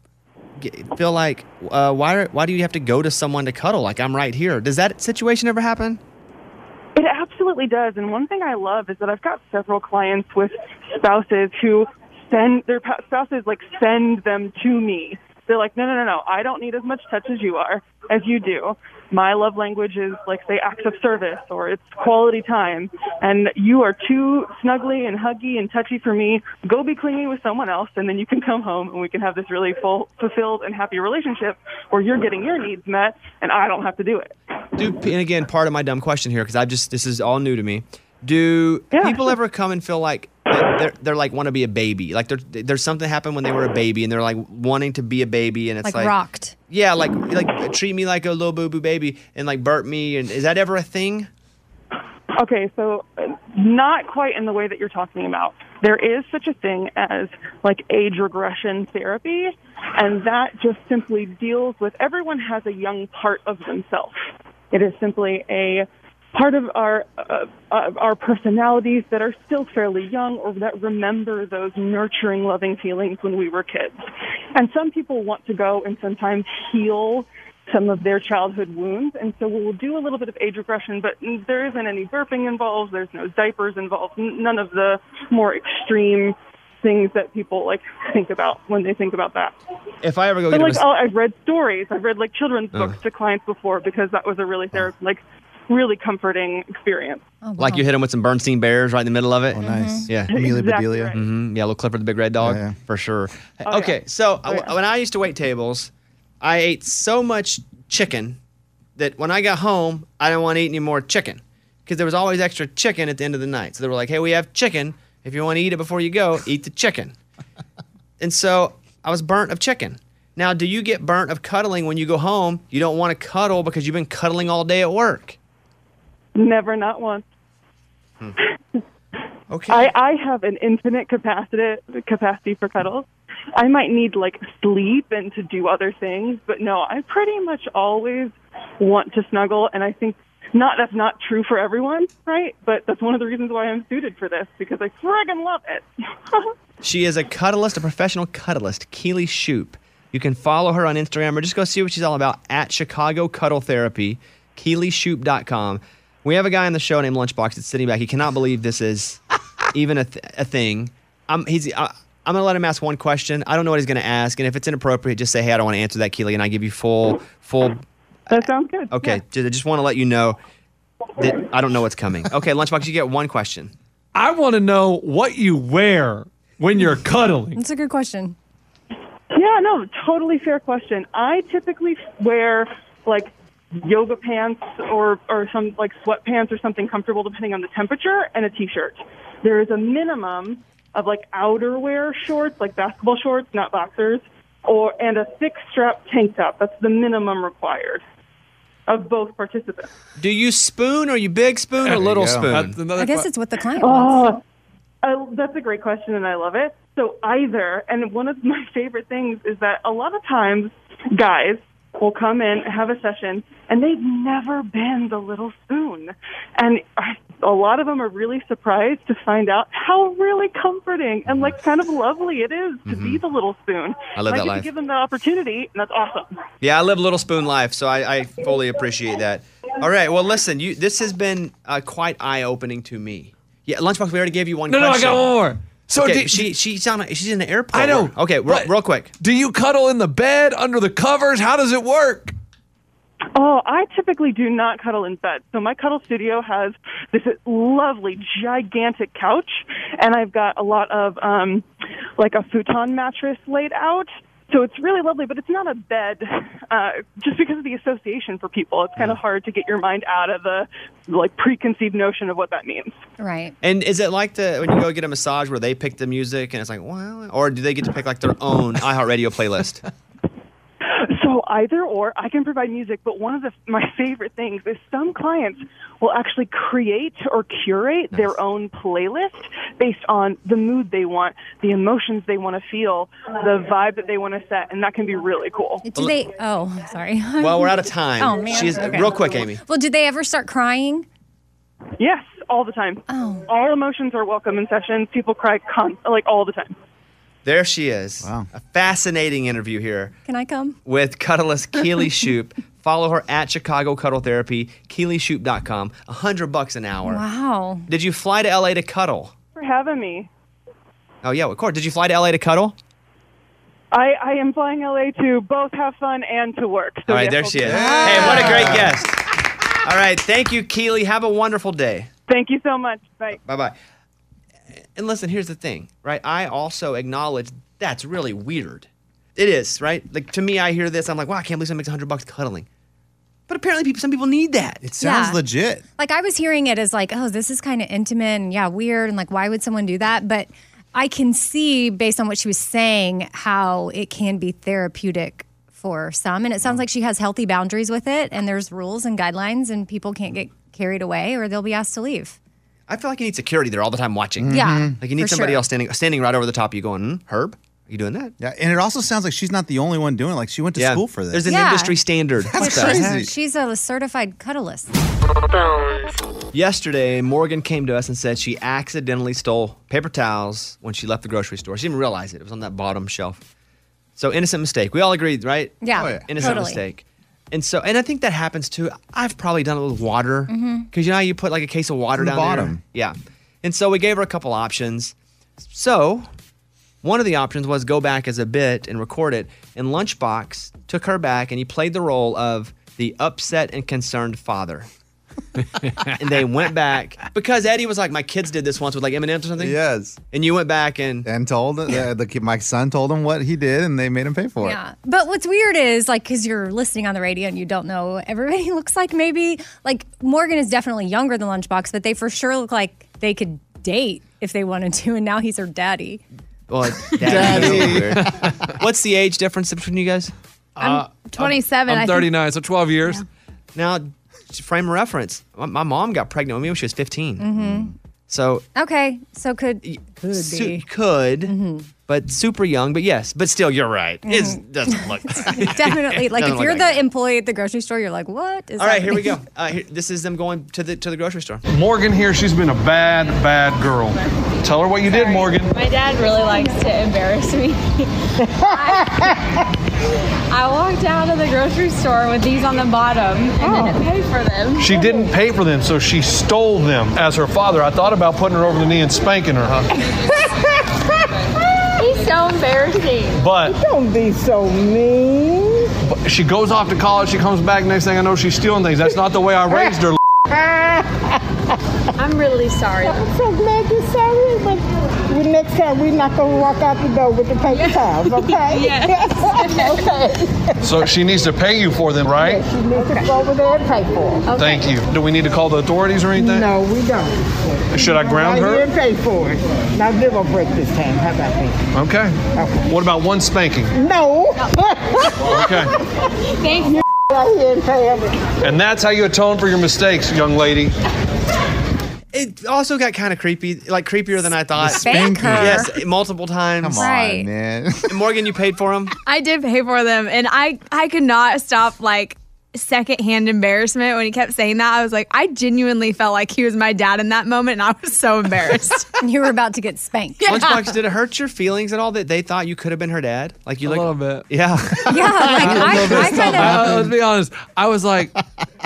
D: g- feel like, uh, "Why are- why do you have to go to someone to cuddle? Like I'm right here." Does that situation ever happen?
V: It absolutely does. And one thing I love is that I've got several clients with spouses who send their pa- spouses like send them to me. They're like, no, no, no, no. I don't need as much touch as you are, as you do. My love language is like, say, acts of service or it's quality time. And you are too snuggly and huggy and touchy for me. Go be clingy with someone else, and then you can come home and we can have this really full, fulfilled and happy relationship where you're getting your needs met and I don't have to do it.
D: Do and again, part of my dumb question here because I just this is all new to me. Do people ever come and feel like that they're, they're like want to be a baby? Like there- there's something happened when they were a baby and they're like wanting to be a baby and it's
E: Like
D: like,
E: rocked.
D: Yeah, like like treat me like a little boo boo baby and like burp me and is that ever a thing?
V: Okay, so uh, not quite in the way that you're talking about. There is such a thing as like age regression therapy, and that just simply deals with everyone has a young part of themselves. It is simply a part of our uh, uh, our personalities that are still fairly young or that remember those nurturing loving feelings when we were kids. And some people want to go and sometimes heal some of their childhood wounds. And so we'll do a little bit of age regression, but there isn't any burping involved. There's no diapers involved. n- None of the more extreme things that people like think about when they think about that.
D: If I ever go
V: But
D: get a
V: like,
D: mas-
V: oh, I've read stories. I've read like children's
D: Uh.
V: books to clients before because that was a really ther- like really comforting experience.
D: like you hit him with some Bernstein Bears right in the middle of it. Oh,
V: nice. Mhm.
D: Yeah.
V: Amelia Exactly Bedelia. right. Oh,
D: hmm Yeah, little Clifford the Big Red Dog for sure. okay, so I- when I used to wait tables, I ate so much chicken that when I got home, I didn't want to eat any more chicken because there was always extra chicken at the end of the night. So they were like, "Hey, we have chicken. If you want to eat it before you go, eat the chicken." and so I was burnt of chicken. Now, do you get burnt of cuddling when you go home? You don't want to cuddle because you've been cuddling all day at work.
V: Never, not once.
D: Hmm. Okay.
V: I, I have an infinite capacity capacity for cuddles. I might need like sleep and to do other things, but no, I pretty much always want to snuggle, and I think not that's not true for everyone, right? But that's one of the reasons why I'm suited for this because I friggin' love it.
D: She is a cuddlist, a professional cuddlist, Keely Shoop. You can follow her on Instagram or just go see what she's all about at Chicago Cuddle Therapy, KeelyShoop.com. We have a guy on the show named Lunchbox that's sitting back. He cannot believe this is even a, th- a thing. I'm, he's, I, I'm going to let him ask one question. I don't know what he's going to ask. And if it's inappropriate, just say, hey, I don't want to answer that, Keely. And I give you full, full.
V: That sounds good.
D: Okay. ju- just want to let you know that I don't know what's coming. Okay, Lunchbox, you get one question.
M: I want to know what you wear when you're cuddling.
V: That's a good question. Yeah, no, totally fair question. I typically wear like yoga pants or or some like sweatpants or something comfortable depending on the temperature and a t-shirt. There is a minimum of like outerwear shorts, like basketball shorts, not boxers, or and a thick strap tank top. That's the minimum required of both participants.
D: Do you spoon? Are you big spoon
M: There
D: or
M: you
D: little
M: go.
D: spoon?
M: That's another I guess que-
V: it's what the client wants. Oh, that's a great question, and I love it. So either, and one of my favorite things is that a lot of times guys will come in, have a session, and they've never been the little spoon, and I- a lot of them are really surprised to find out how really comforting and like kind of lovely it is to be the little spoon.
D: Mm-hmm. I love
V: and I get
D: that
V: to
D: life.
V: give them the opportunity, and that's awesome.
D: Yeah, I live Little Spoon life, so I, I fully appreciate that. All right, well, listen, you this has been uh, quite eye opening to me. Yeah, lunchbox. We already gave you one.
M: No, no, I
D: question.
M: got one more. So
D: okay,
M: did-
D: she she's on a, she's in the airport.
M: I know,
D: Okay, real,
M: but-
D: real quick.
M: Do you cuddle in the bed under the covers? How does it work?
V: Oh, I typically do not cuddle in bed. So my cuddle studio has this lovely, gigantic couch, and I've got a lot of um, like a futon mattress laid out. So it's really lovely, but it's not a bed, uh, just because of the association for people. It's kind of hard to get your mind out of the like preconceived notion of what that means.
E: Right.
D: And is it like the when you go get a massage where they pick the music and it's like wow, or do they get to pick like their own iHeartRadio playlist?
V: So either or, I can provide music, but one of the, my favorite things is some clients will actually create or curate their own playlist based on the mood they want, the emotions they want to feel, the vibe that they want to set, and that can be really cool.
E: Do they? Oh, sorry.
D: Well, we're out of time.
E: Oh man.
D: she's
E: Okay.
D: real quick, Amy.
E: Well, did they ever start crying?
V: Yes, all the time.
E: Oh.
V: All emotions are welcome in sessions. People cry con- like all the time.
D: There she is. Wow, a fascinating interview here.
E: Can I come?
D: with cuddleist Keely Shoop. Follow her at Chicago Cuddle Therapy, KeelyShoop.com. A hundred bucks an hour.
E: Wow.
D: Did you fly to LA to cuddle?
V: For having me.
D: Oh yeah, of course. Did you fly to LA to cuddle?
V: I, I am flying LA to both have fun and to work. So
D: All right,
V: yes,
D: there
V: I'll
D: she
V: be
D: is. Hey, what a great guest. All right, thank you, Keely. Have a wonderful day.
V: Thank you so much. Bye.
D: Bye bye. And listen, here's the thing, right? I also acknowledge that's really weird. It is, right? Like to me, I hear this, I'm like, wow, I can't believe someone makes a hundred bucks cuddling. But apparently, people, some people need that. It
E: sounds Yeah.
D: legit.
E: Like I was hearing it as like, oh, this is kind of intimate and yeah, weird and like why would someone do that? But I can see based on what she was saying how it can be therapeutic for some and it sounds like she has healthy boundaries with it and there's rules and guidelines and people can't get carried away or they'll be asked to leave.
D: I feel like you need security there all the time watching.
E: Yeah,
G: Mm-hmm.
E: Mhm.
D: Like you need
E: for
D: somebody
E: sure.
D: else standing standing right over the top of you going, hmm, Herb, are you doing that?
G: Yeah, and it also sounds like she's not the only one doing it. Like she went to school for this.
D: There's an
E: Yeah.
D: industry standard.
G: That's
D: What the heck?
G: crazy.
E: She's a certified cuddleist.
D: Yesterday, Morgan came to us and said she accidentally stole paper towels when she left the grocery store. She didn't realize it. It was on that bottom shelf. So innocent mistake. We all agreed, right?
E: Yeah, Oh, yeah.
D: Innocent
E: totally.
D: mistake. And so, and I think that happens too. I've probably done it with water because
E: Mhm.
D: you know how you put like a case of water
G: In the
D: down there?
G: bottom.
D: Yeah. And so we gave her a couple options. So one of the options was go back as a bit and record it. And Lunchbox took her back and he played the role of the upset and concerned father. and they went back because Eddie was like, my kids did this once with like M&M's or something.
G: Yes.
D: And you went back and
G: and told uh, the kid- my son told him what he did, and they made him pay for it.
E: Yeah. But what's weird is like, because you're listening on the radio and you don't know what everybody looks like, maybe like Morgan is definitely younger than Lunchbox, but they for sure look like they could date if they wanted to. And now he's her daddy.
D: Well, daddy. What's the age difference between you guys?
A: I'm 27. I think.
D: so 12 years. Now, to frame of reference. My, my mom got pregnant with me when she was 15.
A: Mm-hmm.
E: Mhm.
D: So
E: Okay. So could, could
D: su-
E: be. Mm-hmm.
D: could, but super young. But yes, but still, you're right. It doesn't look
E: Definitely. Like,
D: Doesn't
E: if
D: look like
E: you're the
D: that.
E: employee at the grocery store, you're like, what is
D: All right, here we go.
E: happening?
D: Uh, here, this is them going to the to the grocery store.
B: Morgan here, she's been a bad, bad girl. Tell her what you did, Morgan.
F: My dad really likes to embarrass me. I, I walked out of the grocery store with these on the bottom and
A: Oh.
F: didn't pay for them.
B: She didn't pay for them, so she stole them. As her father, I thought about putting her over the knee and spanking her, huh?
F: He's so embarrassing.
B: But
F: Don't be so mean.
B: but she goes off to college, she comes back, next thing I know, she's stealing things. That's not the way I raised her.
F: I'm really sorry.
W: I'm so glad you're sorry, but we- next time we're not gonna walk out the door with the paper towels, okay? okay.
B: So she needs to pay you for them, right?
W: She needs to go over there and pay for it.
B: Thank you. Do we need to call the authorities or anything?
W: No, we don't.
B: Should I ground
W: right
B: her?
W: Here and pay for it. Now give a break this time. How about that?
B: Okay. What about one spanking?
W: No.
B: Okay.
W: Thank you. Right here and pay everything.
B: And that's how you atone for your mistakes, young lady.
D: It also got kind of creepy, like creepier than I thought.
A: Spank her.
D: Yes, multiple times.
A: Come on, Right.
D: man. Morgan, you paid for them.
A: I did pay for them, and I I could not stop like secondhand embarrassment when he kept saying that. I was like, I genuinely felt like he was my dad in that moment, and I was so embarrassed.
E: and you were about to get spanked.
D: Lunchbox, did it hurt your feelings at all that they thought you could have been her dad? Like you, a little bit. Yeah.
E: Yeah, like
D: I,
M: Uh, let's be honest. I was like,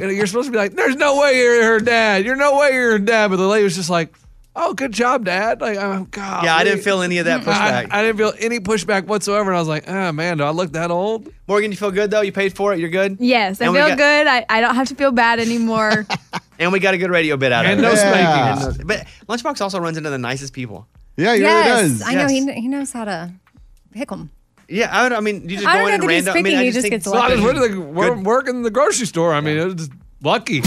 M: you know, you're supposed to be like, there's no way you're her dad. You're no way you're her dad. But the lady was just like, "Oh, good job, Dad!" Like, oh God.
D: Yeah, I didn't feel any of that pushback.
M: I, I didn't feel any pushback whatsoever, and I was like, "Ah, man, do I look that old?"
D: Morgan, you feel good though? You paid for it. You're good.
A: Yes, I
D: And we
A: feel
D: got-
A: good. I, I don't have to feel bad anymore.
D: And we got a good radio bit out
M: And
D: of
M: no
D: it.
M: spankings.
D: And no- But Lunchbox also runs into the nicest people.
G: Yeah,
E: yes, I know he, kn- he knows how to pick them.
D: Yeah, I, would, I mean, you just
E: I
D: go
E: don't
D: in
E: know
D: and
E: that he's
D: random. I mean,
E: picking,
D: I
E: he
D: just
E: just
D: think
E: gets
M: Well, I was really like, wor-
D: Good-
M: working in the grocery store. I mean, it was just lucky.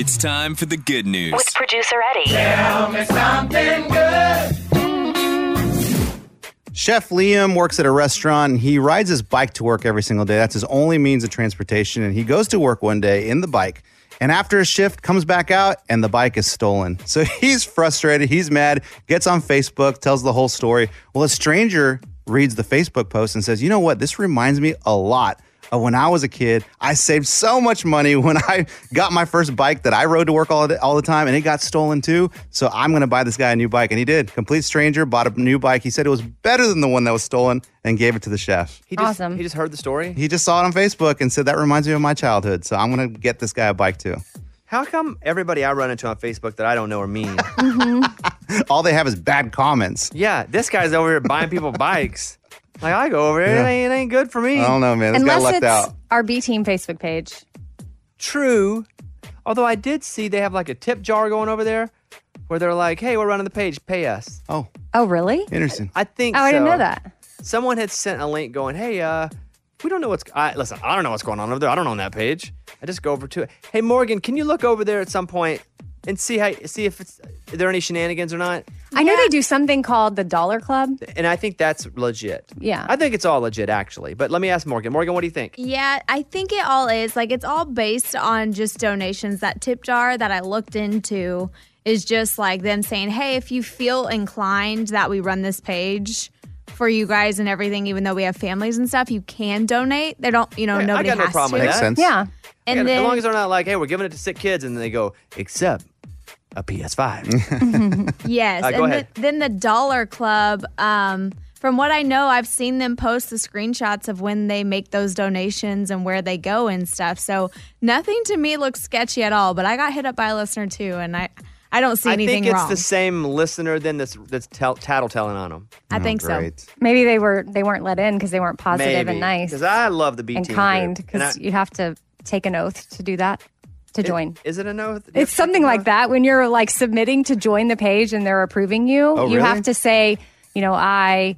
S: It's time for the good news.
J: With producer Eddie.
Q: Tell me something good.
G: Chef Liam works at a restaurant and he rides his bike to work every single day. That's his only means of transportation. And he goes to work one day in the bike. And after his shift, comes back out and the bike is stolen. So he's frustrated. He's mad. Gets on Facebook, tells the whole story. Well, a stranger reads the Facebook post and says, "You know what? This reminds me a lot." of Uh, When I was a kid, I saved so much money when I got my first bike that I rode to work all the, all the time and it got stolen too. So I'm going to buy this guy a new bike. And he did. Complete stranger bought a new bike. He said it was better than the one that was stolen and gave it to the chef.
D: He just, awesome. He just heard the story.
G: He just saw it on Facebook and said, That reminds me of my childhood. So I'm going to get this guy a bike too.
D: How come everybody I run into on Facebook that I don't know are mean?
G: All they have is bad comments.
D: yeah, this guy's over here buying people bikes. Like I go over there,
G: Yeah.
D: it, ain't, it ain't good for me.
G: I don't know, man. This guy
E: Unless
G: lucked
E: it's
G: out.
E: our B team Facebook page.
D: True. Although I did see they have like a tip jar going over there, where they're like, "Hey, we're running the page, pay us."
G: Oh,
E: Oh, really?
G: interesting.
D: I think.
E: Oh, I didn't
D: so.
E: know that.
D: Someone had sent a link going, "Hey, uh, we don't know what's. I, listen, I don't know what's going on over there. I don't own that page. I just go over to it. Hey, Morgan, can you look over there at some point and see how see if it's are there any shenanigans or not?"
E: I know they do something called the Dollar Club.
D: And I think that's legit.
E: Yeah.
D: I think it's all legit actually. But let me ask Morgan. Morgan, what do you think?
A: Yeah, I think it all is. Like, it's all based on just donations. That tip jar that I looked into is just like them saying, hey, if you feel inclined that we run this page for you guys and everything, even though we have families and stuff, you can donate. They don't, you know,
D: Yeah, I
A: nobody
D: got no
A: has
D: problem
A: to.
D: with that. Makes sense. Yeah.
A: And
D: as
A: then,
D: long as they're not like, "Hey, we're giving it to sick kids," and they go, "Except a PS5."
A: Yes.
D: Uh, go
A: and
D: ahead.
A: The, then the Dollar Club, um, from what I know, I've seen them post the screenshots of when they make those donations and where they go and stuff. So nothing to me looks sketchy at all. But I got hit up by a listener too, and I, I don't see
D: I
A: anything
D: think it's
A: wrong.
D: the same listener then that's that's tell, tattletelling on them.
A: I think so.
E: Maybe they were they weren't let in because they weren't positive and nice
D: Because I love the B
E: and
D: team
E: kind.
D: group. And I-
E: Because you have to take an oath to do that to join.
D: Is it an oath?
E: It's something like that. When you're like submitting to join the page and they're approving you,
D: Oh,
E: you
D: really?
E: have to say, you know, I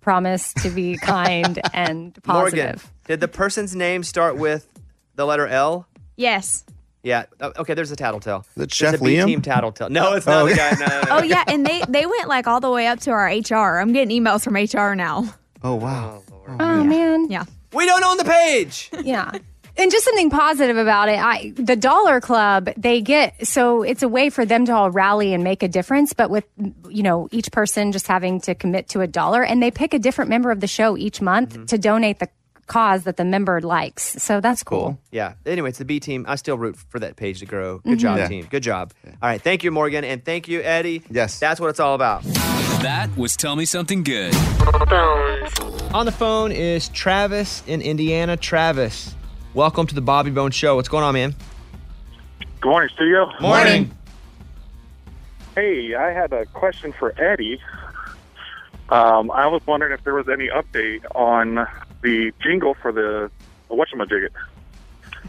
E: promise to be kind and positive.
D: Morgan, did the person's name start with the letter L?
A: yes.
D: Yeah. Oh, Okay. There's a tattletale.
G: The
D: there's
G: Chef
D: a B
G: Liam?
D: team tattletale. No, it's not
G: Oh,
D: the
G: okay.
D: guy. No, no, no.
A: Oh yeah, and they they went like all the way up to our HR. I'm getting emails from HR now.
G: Oh, wow.
E: Oh, man.
A: Yeah.
D: We don't own the page.
E: Yeah. And just something positive about it. I, the Dollar Club, they get so it's a way for them to all rally and make a difference. But with you know each person just having to commit to a dollar, and they pick a different member of the show each month
D: Mm-hmm.
E: to donate the cause that the member likes. So that's cool.
D: Yeah. Anyway, it's the B team. I still root for that page to grow. Good
E: Mhm.
D: job,
E: Yeah.
D: team. Good job. All right. Thank you, Morgan, and thank you, Eddie. Yes. That's what it's all about.
S: That was Tell Me Something Good.
D: On the phone is Travis in Indiana. Travis, welcome to the Bobby Bone Show. What's going on, man?
H: Good morning, studio.
D: Morning.
H: Hey, I had a question for Eddie. Um, I was wondering if there was any update on the jingle for the whatchamajigget.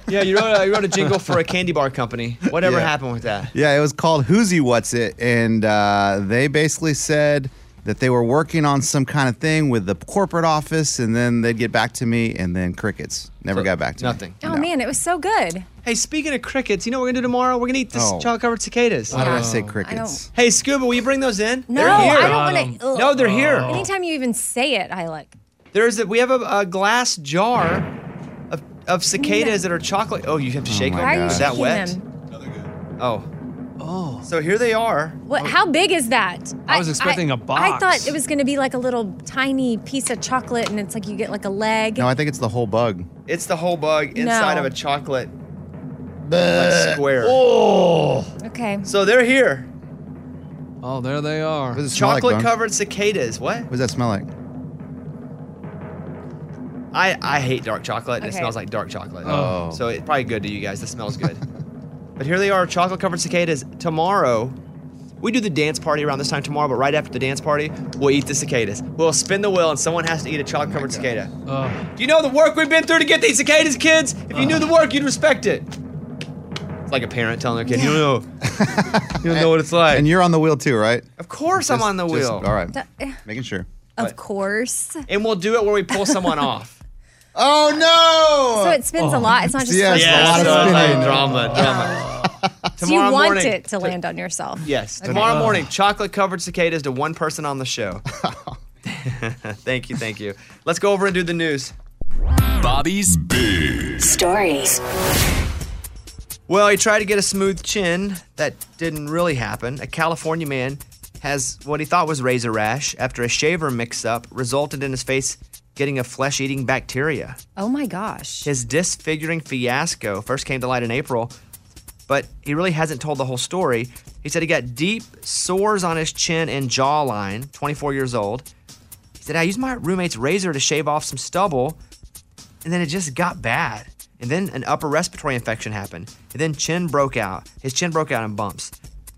D: Yeah, you wrote, a, you wrote a jingle for a candy bar company. Whatever
G: Yeah.
D: happened with that?
G: Yeah, it was called Who's You What's It. And uh, they basically said that they were working on some kind of thing with the corporate office and then they'd get back to me and then crickets. Never got back to me.
E: Oh man, it was so good.
D: Hey, speaking of crickets, you know what we're gonna do tomorrow? We're gonna eat this
G: Oh.
D: chocolate covered cicadas.
G: Why did I say
E: Oh, I
G: crickets?
E: don't.
D: Hey, Scuba, will you bring those in?
E: No,
D: they're here. Um,
E: I don't want to.
D: No, they're here.
G: Oh.
E: Anytime you even say it, I like.
D: There's a, we have a, a glass jar of, of cicadas that are chocolate. Oh, you have to shake
E: my
D: them.
E: Why are you
D: Is that
E: shaking
D: wet?
E: them?
D: Oh. Oh. So here they are.
E: What? How big is that?
D: I was expecting
E: a
D: a box.
E: I thought it was going to be like a little tiny piece of chocolate, and it's like you get like a leg.
G: No, I think it's the whole bug.
D: It's the whole bug inside of a chocolate
G: Bleh.
D: like, square.
G: Oh.
E: Okay.
D: So they're here.
M: Oh, there they are.
G: Does it smell like
D: Chocolate
G: bone?
D: covered cicadas. What?
G: What does that smell like?
D: I, I hate dark chocolate. and It
G: Okay.
D: smells like dark chocolate.
G: Oh.
D: So it's probably good to you guys. This smells good. But here they are, chocolate covered cicadas. Tomorrow, we do the dance party around this time tomorrow, but right after the dance party, we'll eat the cicadas. We'll spin the wheel, and someone has to eat a chocolate covered cicada. Uh, Do you know the work we've been through to get these cicadas, kids? If you knew the work, you'd respect it. It's like a parent telling their kid, you don't know.
G: You don't know what
D: it's like.
G: And you're on the wheel too, right?
D: Of course I'm on the
G: just-
D: wheel.
G: all right.
E: Th-
G: Making sure.
E: Of course.
D: And we'll do it where we pull someone off.
G: Oh no!
E: So it spins a lot. It's not just like-
D: drama, drama.
E: So you want
D: morning-
E: it to land on yourself.
D: Yes.
E: Okay.
D: Tomorrow
E: Ugh.
D: morning, chocolate covered cicadas to one person on the show. thank you, thank you. Let's go over and do the news.
S: Bobby's Big
J: Stories.
D: Well, he tried to get a smooth chin. That didn't really happen. A California man has what he thought was razor rash after a shaver mix up resulted in his face getting a flesh eating bacteria.
E: Oh my gosh.
D: His disfiguring fiasco first came to light in April, but he really hasn't told the whole story. He said he got deep sores on his chin and jawline, 24 years old. He said, I used my roommate's razor to shave off some stubble, and then it just got bad. And then an upper respiratory infection happened. And then chin broke out. His chin broke out in bumps.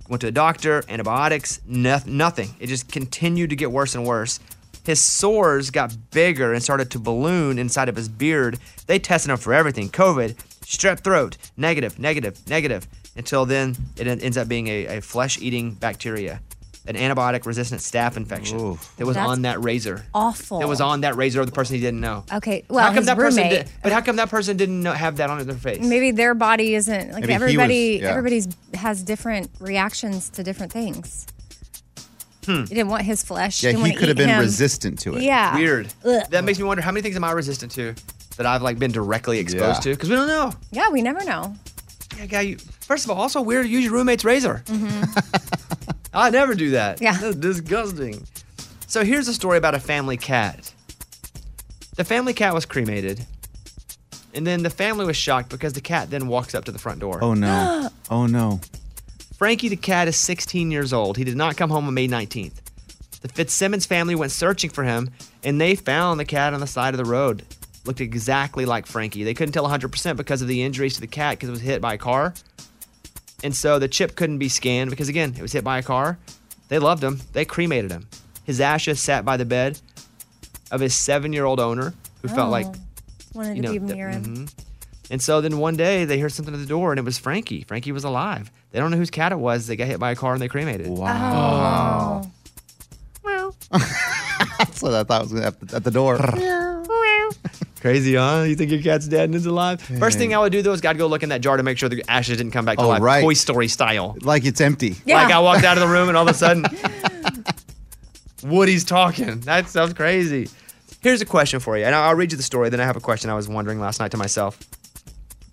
D: Went to a doctor, antibiotics, noth- nothing. It just continued to get worse and worse. His sores got bigger and started to balloon inside of his beard. They tested him for everything COVID, strep throat, negative, negative, negative, until then it en- ends up being a, a flesh eating bacteria, an antibiotic resistant staph infection that was
E: That's
D: on that razor.
E: Awful.
D: That was on that razor of the person he didn't know.
E: Okay. Well,
D: how come
E: his
D: that person
E: roommate.
D: did, But how come that person didn't know, have that on their face?
E: Maybe their body isn't like
D: Maybe he was-
E: everybody.
D: yeah.
E: Everybody's has different reactions to different things.
D: Hmm.
E: He didn't want his flesh.
G: Yeah,
E: Didn't
G: he
E: wanna
G: could have
E: eat
G: been
E: him.
G: resistant to it.
E: Yeah.
D: Weird.
E: Ugh.
D: That makes me wonder how many things am I resistant to that I've like been directly exposed to?
G: Yeah.
D: Because we don't know.
E: Yeah, we never know.
D: Yeah, guy. You, first of all, also weird. to Use your roommate's razor.
E: Mm-hmm.
D: I never do that. Yeah. That's disgusting. So here's a story about a family cat. The family cat was cremated, and then the family was shocked because the cat then walks up to the front door.
G: Oh no. oh no.
D: Frankie the cat is 16 years old. He did not come home on May 19th. The Fitzsimmons family went searching for him, and they found the cat on the side of the road. Looked exactly like Frankie. They couldn't tell 100% because of the injuries to the cat because it was hit by a car. And so the chip couldn't be scanned because, again, it was hit by a car. They loved him. They cremated him. His ashes sat by the bed of his seven year old owner who felt like
E: Oh,
V: Oh.
E: Wanted
D: you
E: to
D: know, mm-hmm.
E: be
D: the-
E: near him.
D: and so then one day they heard something at the door and it was Frankie. Frankie was alive. They don't know whose cat it was. They got hit by a car and they cremated.
G: Wow.
E: Well.
G: That's what I thought was gonna happen at the door.
D: Crazy, huh? You think your cat's dead and it's alive? First thing I would do though is I'd go look in that jar to make sure the ashes didn't come back to
G: Oh,
D: life.
G: right.
D: Toy Story style.
G: Like it's empty.
D: Like I walked out of the room and all of a sudden Woody's talking. That sounds crazy. Here's a question for you, and I'll I'll read you the story. Then I have a question I was wondering last night to myself.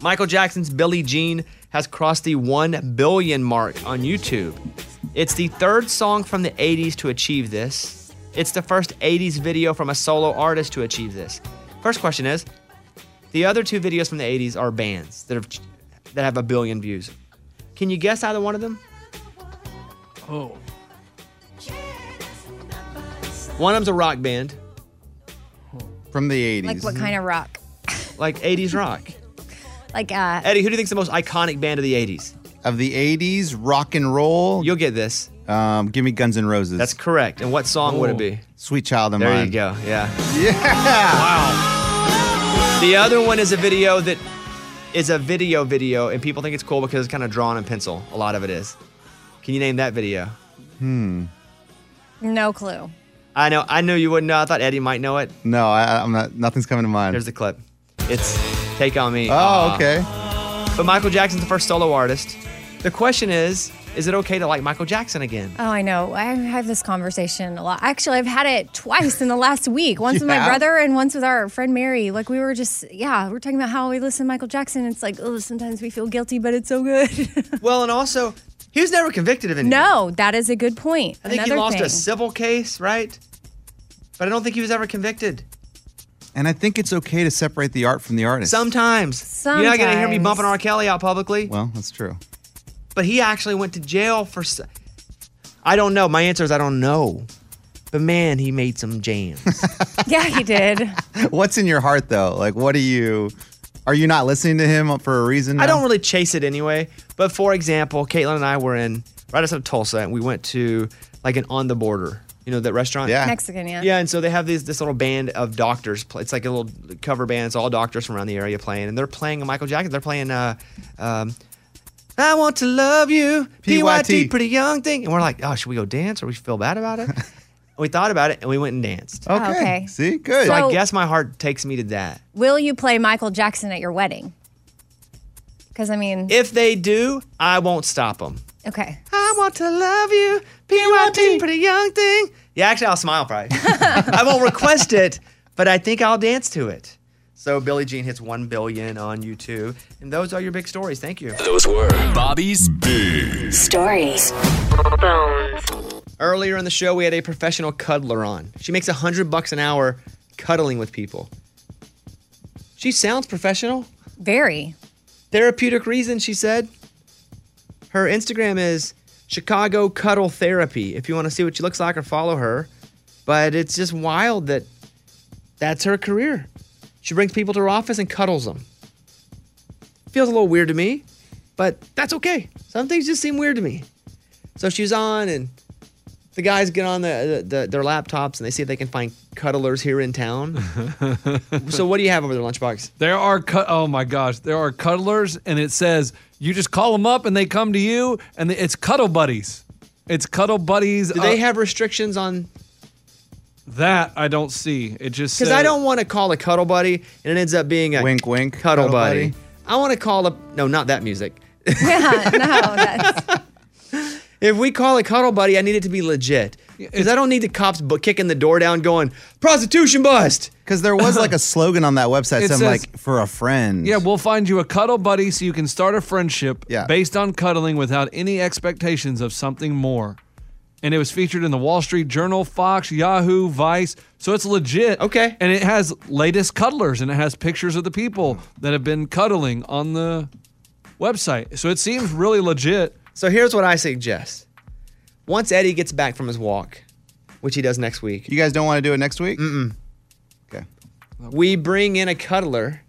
D: Michael Jackson's Billie Jean has crossed the 1 billion mark on YouTube. It's the third song from the 80s to achieve this. It's the first 80s video from a solo artist to achieve this. First question is the other two videos from the 80s are bands that have that have a billion views. Can you guess either one of them?
M: Oh.
D: One of them's a rock band
G: from the 80s.
E: Like what kind of rock?
D: Like 80s rock.
E: Like uh.
D: Eddie, who do you think's the most iconic band of the 80s?
G: Of the 80s, rock and roll.
D: You'll get this.
G: Um, give me Guns N' Roses. That's
D: correct. And what song would it be?
G: Sweet Child of
D: There you
G: Mine.
D: go. Yeah.
G: Yeah. Wow.
D: The other one is a video that is a video video, and people think it's cool because it's kind of drawn in pencil. A lot of it is. Can you name that video?
G: Hmm.
E: No clue.
D: I know. I knew you wouldn't know. I thought Eddie might know it.
G: No, I, I'm not. Nothing's coming to mind. Here's
D: the clip. It's Take on Me.
G: Oh,
D: Aw.
G: okay.
D: But Michael Jackson's the first solo artist. The question is, is it okay to like Michael Jackson again?
E: Oh, I know. I have this conversation a lot. Actually, I've had it twice in the last week.
D: You
E: Once with my
D: have?
E: brother and once with our friend Mary. Like we were just, yeah, we we're talking about how we listen to Michael Jackson. It's like, oh, sometimes we feel guilty, but it's so good.
D: well, and also, he was never convicted of anything.
E: No, that is a good point.
D: I think
E: Another
D: he lost
E: thing.
D: a civil case, right? But I don't think he was ever convicted.
G: And I think it's okay to separate the art from the artist.
D: Sometimes. You're not going to hear me
G: Sometimes.
D: bumping R. Kelly out publicly.
G: Well, that's true.
D: But he actually went to jail for. s- I don't know. My answer is I don't know. But man, he made some jams.
E: yeah, he did.
G: What's in your heart though? Like, what do you? Are you not listening to him for a reason?
D: I
G: now?
D: don't really chase it anyway. But for example, Caitlin and I were in right outside of Tulsa, and we went to like an on the border. You know that restaurant?
E: Mexican, yeah.
D: Yeah, and so they have these, this little band of doctors. play- It's like a little cover band. It's all doctors from around the area playing, and they're playing a Michael Jackson. They're playing, uh, um, I want to love you,
G: PYT.
D: PYT, pretty young thing. And we're like, oh, should we go dance or we feel bad about it? we thought about it and we went and danced.
E: Okay. Oh, Okay.
D: See,
E: good.
D: So I
E: So-
D: guess my heart takes me to that.
E: Will you play Michael Jackson at your wedding? Because I mean,
D: If they do, I won't stop them.
E: okay.
D: I want to love you, PYT, pretty young thing. Yeah, actually, I'll smile probably. I won't request it, but I think I'll dance to it. So Billie Jean hits 1 billion on YouTube. And those are your big stories. Thank you.
S: Those were Bobby's Big
J: Stories.
D: Earlier in the show, we had a professional cuddler on. She makes 100 bucks an hour cuddling with people. She sounds professional.
E: Very.
D: Therapeutic reason, she said. Her Instagram is Chicago Cuddle Therapy if you want to see what she looks like or follow her. But it's just wild that that's her career. She brings people to her office and cuddles them. Feels a little weird to me, but that's okay. Some things just seem weird to me. So she's on, and the guys get on the, the, the their laptops and they see if they can find cuddlers here in town. so what do you have over there, lunchbox?
M: There are cut. Oh my gosh, there are cuddlers, and it says you just call them up and they come to you, and it's cuddle buddies. It's cuddle buddies. uh,
D: Do they have restrictions on?
M: That I don't see. It just
D: Because
M: said-
D: I don't want to call a cuddle buddy and it ends up being a wink wink cuddle,
M: cuddle
D: buddy.
M: buddy.
D: I want to call a no, not that music.
E: Yeah, no, that's
D: If we call a cuddle buddy, I need it to be legit. Because I don't need the cops bu- kicking the door down, going prostitution bust.
G: Because there was like a slogan on that website,
M: It
G: something
M: says-
G: like for a friend.
M: Yeah, we'll find you a cuddle buddy so you can start a friendship based on cuddling without any expectations of something more. And it was featured in the Wall Street Journal, Fox, Yahoo, Vice. So it's legit. Okay. And it has latest cuddlers and it has pictures of the people
D: Hmm.
M: that have been cuddling on the website. So it seems really legit.
D: So here's what I suggest. Once Eddie gets back from his walk, which he does next week. You guys don't want to do it next week? Mm-mm. Okay. We bring in a cuddler.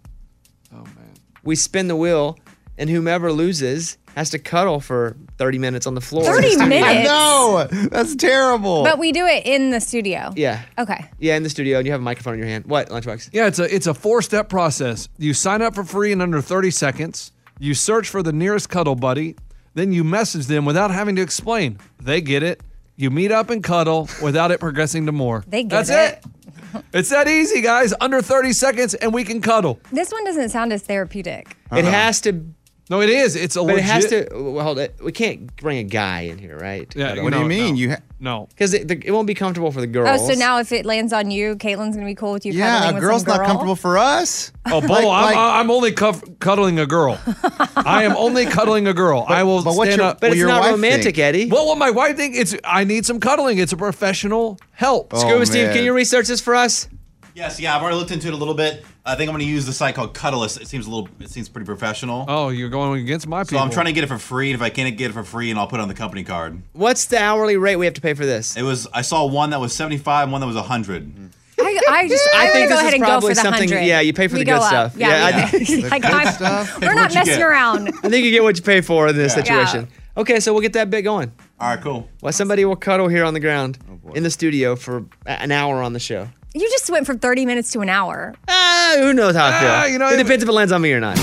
D: Oh man. We spin the wheel, and whomever loses has to cuddle for 30 minutes on the floor.
E: 30 minutes?
D: No, that's terrible.
E: But we do it in the studio.
D: yeah.
E: Okay.
D: Yeah, in the studio, and you have a microphone in your hand. What, Lunchbox?
M: Yeah, it's a it's a four step process. You sign up for free in under 30 seconds. You search for the nearest cuddle buddy. Then you message them without having to explain. They get it. You meet up and cuddle without it progressing to more.
E: They get
M: That's it. it's that easy, guys. Under 30 seconds, and we can cuddle. Uh-huh.
E: This one doesn't sound as therapeutic.
D: It has to.
M: No, it is. It's a
D: But it has
M: legit-
D: to. well, Hold it. We can't bring a guy in here, right?
M: Yeah, What do you no, mean? no.
D: You
M: no.
D: Because it, it won't be comfortable for the girls.
E: Oh, so now if it lands on you, Caitlin's gonna be cool with you. cuddling with some girl?
D: for us.
M: Oh, Bo, I'm, I'm only cuff, cuddling a girl. I am only cuddling a girl. I will
D: but what's
M: stand
D: your-
M: up.
D: But will it's your not wife romantic, think? Eddie.
M: Well, what my wife think it's I need some cuddling. It's a professional help.
O: Scuba Oh, Steve, man. can you
D: research this for us?
O: Yes, yeah, I've already looked into it a little bit. I think I'm going to use the site called Cuddlist. It seems a little, it seems pretty professional.
M: Oh, you're going against my
O: So I'm trying to get it for free. And if I can't get it for free, and I'll put it on the company card.
D: What's the hourly rate we have to pay for this?
O: It was, I saw one that was 75, one that was 100.
E: I, I just I,
O: think this
E: think go
O: is
E: ahead and go
O: probably
E: for the
O: something-
E: hundred.
O: yeah, you pay for
E: We
O: the good
E: go up.
O: stuff.
E: Yeah,
O: Yeah,
E: we
O: I
E: think-
O: think- The
E: like,
O: good
E: I-
O: stuff.
E: We're
O: What
E: not
O: you
E: messing
O: get?
E: around.
D: I think you get what you pay for in this
E: Yeah.
D: situation. Okay, so we'll get that bit going.
O: All right, cool.
D: Well, somebody will cuddle here on the ground in the studio for a- an hour on the show.
E: You just went from thirty minutes to an hour.
D: Ah, who knows how I feel?
E: Ah, you know,
D: it
E: it-
D: depends if it lands on me or not.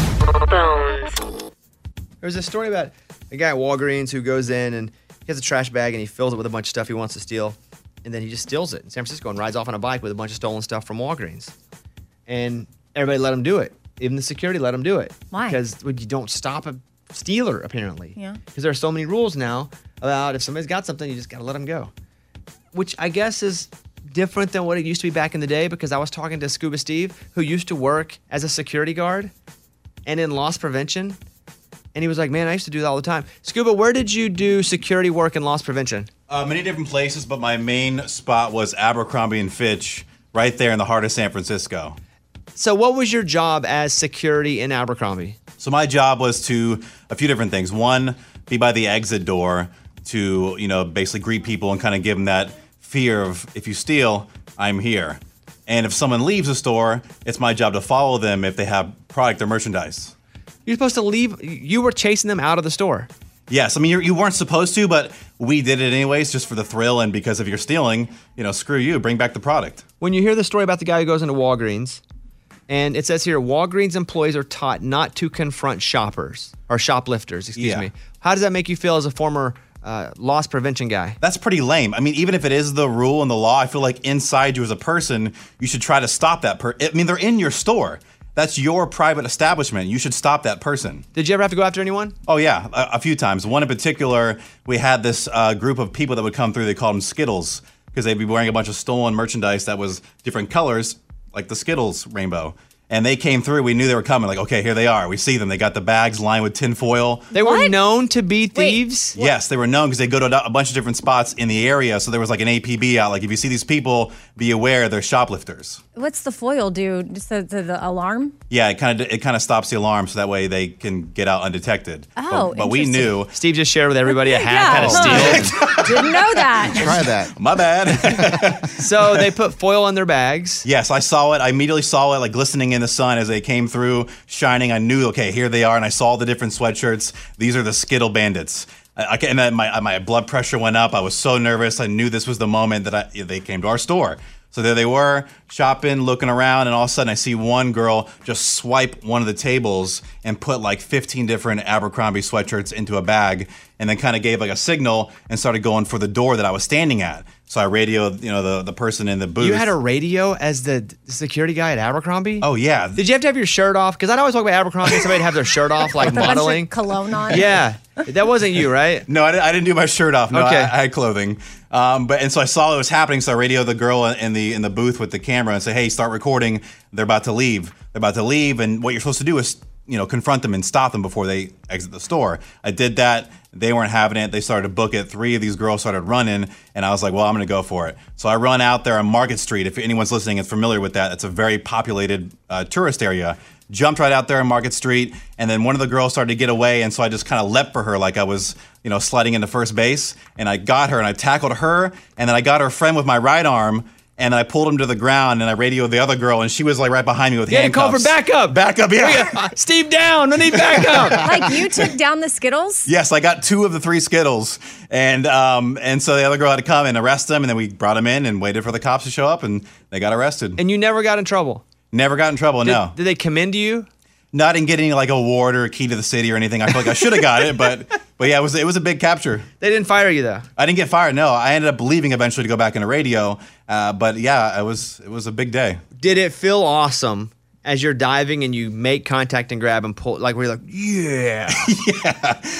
D: There's a story about a guy at Walgreens who goes in and he has a trash bag and he fills it with a bunch of stuff he wants to steal, and then he just steals it in San Francisco and rides off on a bike with a bunch of stolen stuff from Walgreens, and everybody let him do it. Even the security let him do it. Why? Because well, you don't stop a stealer apparently.
E: Yeah.
D: Because there are so many rules now about if somebody's got something, you just gotta let them go, which I guess is different than what it used to be back in the day. Because I was talking to Scuba Steve, who used to work as a security guard and in loss prevention, and he was like, "Man, I used to do that all the time." Scuba, where did you do security work and loss prevention?
O: Uh, many different places, but my main spot was Abercrombie and Fitch, right there in the heart of San Francisco.
D: So, what was your job as security in Abercrombie?
O: So my job was to a few different things. One, be by the exit door to you know basically greet people and kind of give them that fear of if you steal, I'm here. And if someone leaves the store, it's my job to follow them if they have product or merchandise.
D: You're supposed to leave. You were chasing them out of the store.
O: Yes, I mean you, you weren't supposed to, but we did it anyways, just for the thrill and because if you're stealing, you know, screw you, bring back the product.
D: When you hear the story about the guy who goes into Walgreens, and it says here Walgreens employees are taught not to confront shoppers or shoplifters, excuse
O: Yeah.
D: me. How does that make you feel as a former uh, loss prevention guy?
O: That's pretty lame. I mean, even if it is the rule and the law, I feel like inside you as a person, you should try to stop that per. I mean, they're in your store. That's your private establishment. You should stop that person.
D: Did you ever have to go after anyone?
O: Oh yeah, a, a few times. One in particular, we had this uh, group of people that would come through. They called them Skittles because they'd be wearing a bunch of stolen merchandise that was different colors, like the Skittles rainbow. And they came through. We knew they were coming. Like, okay, here they are. We see them. They got the bags lined with tinfoil.
D: They were known to be thieves.
O: Yes, they were known because they go to a do- a bunch of different spots in the area. So there was like an APB out. Like, if you see these people, be aware they're shoplifters.
E: What's the foil do? Just the, the, the alarm?
O: Yeah, it kind of it kind of stops the alarm, so that way they can get out undetected. But-
E: Oh,
O: but, we
E: interesting.
O: knew.
D: Steve just shared with everybody a hack
O: Yeah.
D: how to
O: Huh.
D: steal.
E: Didn't know that.
O: Try
D: that.
O: My bad.
D: so they put foil on their bags.
O: Yes, I saw it. I immediately saw it like glistening in the sun as they came through, shining. I knew, okay, here they are. And I saw the different sweatshirts. These are the Skittle Bandits. I, I, ca- and then my, uh, my blood pressure went up. I was so nervous. I knew this was the moment that I, they came to our store. So there they were, shopping, looking around, and all of a sudden I see one girl just swipe one of the tables and put like 15 different Abercrombie sweatshirts into a bag and then kind of gave like a signal and started going for the door that I was standing at. So I radioed, you know, the, the person in the booth.
D: You had a radio as the d- security guy at Abercrombie?
O: Oh yeah.
D: Did you have to have your shirt off? Because I'd always talk about Abercrombie and somebody'd have their shirt off like
E: With a bunch of
D: modeling.
E: cologne on.
D: Yeah. That wasn't you, right?
O: No, I, di- I didn't do my shirt off. No,
D: Okay.
O: I, I had clothing. Um, but and so I saw it was happening. So I radioed the girl in the in the booth with the camera and say, "Hey, start recording. They're about to leave. They're about to leave." And what you're supposed to do is, you know, confront them and stop them before they exit the store. I did that. They weren't having it. They started to book it. Three of these girls started running, and I was like, "Well, I'm going to go for it." So I run out there on Market Street. If anyone's listening is familiar with that, it's a very populated uh, tourist area jumped right out there on Market Street, and then one of the girls started to get away, and so I just kind of leapt for her like I was, you know, sliding into first base, and I got her and I tackled her, and then I got her friend with my right arm. And then I pulled him to the ground, and I radioed the other girl, and she was like right behind me with
D: Yeah, you
O: handcuffs.
D: call for backup.
O: Backup, yeah.
D: Uh, Steve down. I need backup.
E: like you took down the Skittles?
O: Yes, I got two of the three Skittles, and um, and so the other girl had to come and arrest them, and then we brought them in and waited for the cops to show up, and they got arrested.
D: And you never got in trouble.
O: Never got in trouble. no.
D: Did they commend you?
O: No, I didn't get any like award or key to the city or anything. I feel like I should have got it, but but yeah, it was it was a big capture.
D: They didn't fire you though.
O: I didn't get fired. No, I ended up leaving eventually to go back into radio. Uh, but yeah, it was it was a big day.
D: Did it feel awesome as you're diving and you make contact and grab and pull? Like, where you're like, yeah.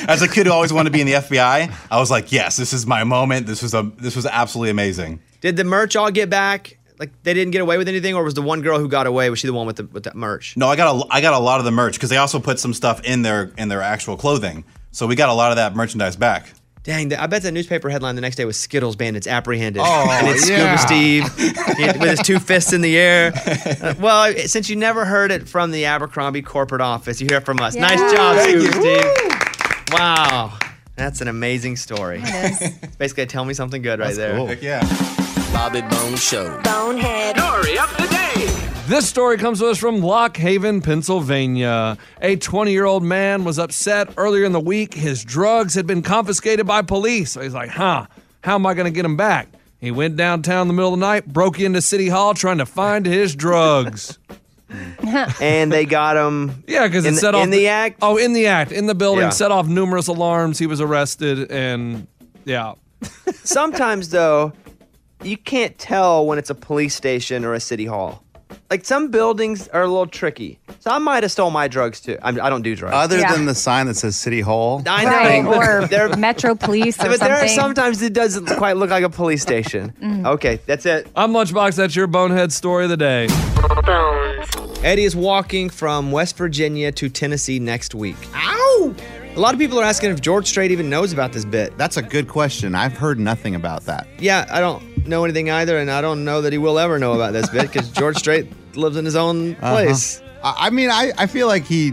O: As a kid who always wanted to be in the FBI, I was like, yes, this is my moment. This was a this was absolutely amazing.
D: Did the merch all get back? Like, they didn't get away with anything, or was the one girl who got away? Was she the one with the with the merch?
O: No, I got a, I got a lot of the merch because they also put some stuff in their in their actual clothing. So we got a lot of that merchandise back.
D: Dang, the, I bet the newspaper headline the next day was Skittles bandits apprehended.
O: Oh,
D: and it's
O: yeah.
D: Scuba Steve he- with his two fists in the air. Uh, well, I- since you never heard it from the Abercrombie corporate office, you hear it from us. Nice
I: Yeah.
D: job,
I: Thank
D: Scuba
I: you.
D: Steve. Wow, that's an amazing story.
I: It is.
D: Basically, tell me something good right there.
O: Heck yeah.
L: Bobby Bone Show.
J: Bonehead. Story of the day.
M: This story comes to us from Lock Haven, Pennsylvania. A 20 year old man was upset earlier in the week. His drugs had been confiscated by police. So he's like, huh, how am I going to get them back? He went downtown in the middle of the night, broke into City Hall trying to find his drugs.
D: and they got him.
M: Yeah, because
D: in
M: it
D: the-
M: set off
D: in the act.
M: Oh, in the act, in the building,
D: Yeah.
M: set off numerous alarms. He was arrested, and yeah,
D: Sometimes though, you can't tell when it's a police station or a city hall. Like some buildings are a little tricky. So I might have stole my drugs too. I'm, I don't do drugs.
G: Other than the sign that says City Hall.
D: I know.
E: Right,
D: but
E: or
D: there-
E: Metro Police or
D: but
E: something. Mm.
D: there are sometimes it doesn't quite look like a police station. Okay, that's it.
M: I'm Lunchbox. That's your bonehead story of the day.
D: Eddie is walking from West Virginia to Tennessee next week. Ow! A lot of people are asking if George Strait even knows about this bit.
G: That's a good question. I've heard nothing about that.
D: Yeah, I don't know anything either, and I don't know that he will ever know about this bit because George Strait lives in his own
G: Uh-huh.
D: place.
G: I, I mean, I, I feel like he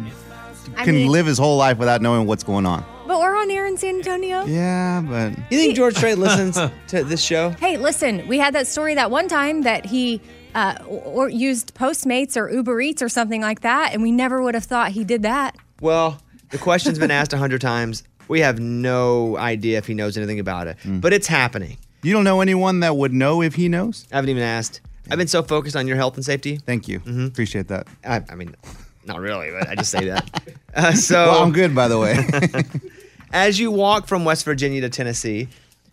E: I
G: can
E: mean-
G: live his whole life without knowing what's going on.
E: But we're on air in San Antonio.
G: Yeah, but
D: you think George Strait listens to this show?
E: Hey, listen, we had that story that one time that he uh, or used Postmates or Uber Eats or something like that, and we never would have thought he did that.
D: Well, the question's been asked a hundred times. We have no idea if he knows anything about it, but it's happening.
G: Mm. You don't know anyone that would know if he knows?
D: I haven't even asked. I've been so focused on your health and safety. Mm-hmm.
G: Thank you. Appreciate that.
D: I, I mean, not really, but I just say that. Uh, so
G: Well, I'm good, by the way.
D: As you walk from West Virginia to Tennessee,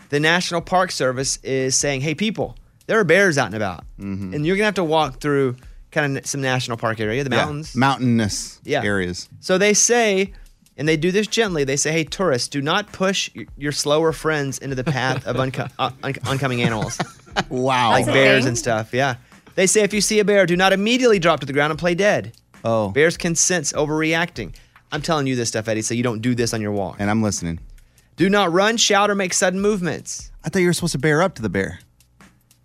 D: the National Park Service is saying, "Hey, people, there are bears out and about,
G: Mm.
D: and you're gonna have to walk through kind of some national park area, the
G: Mm-hmm. Yeah.
D: mountains."
G: Mountainous
D: Yeah.
G: areas.
D: So they say, and they do this gently. They say, "Hey, tourists, do not push y- your slower friends into the path of unco- uh, un- oncoming animals."
G: wow,
D: like
G: That's a
D: bears
G: thing?
D: and stuff. Yeah, they say if you see a bear, do not immediately drop to the ground and play dead.
G: Oh,
D: bears can sense overreacting. I'm telling you this stuff, Eddie, so you don't do this on your walk.
G: And I'm listening.
D: Do not run, shout, or make sudden movements.
G: I thought you were supposed to bear up to the bear.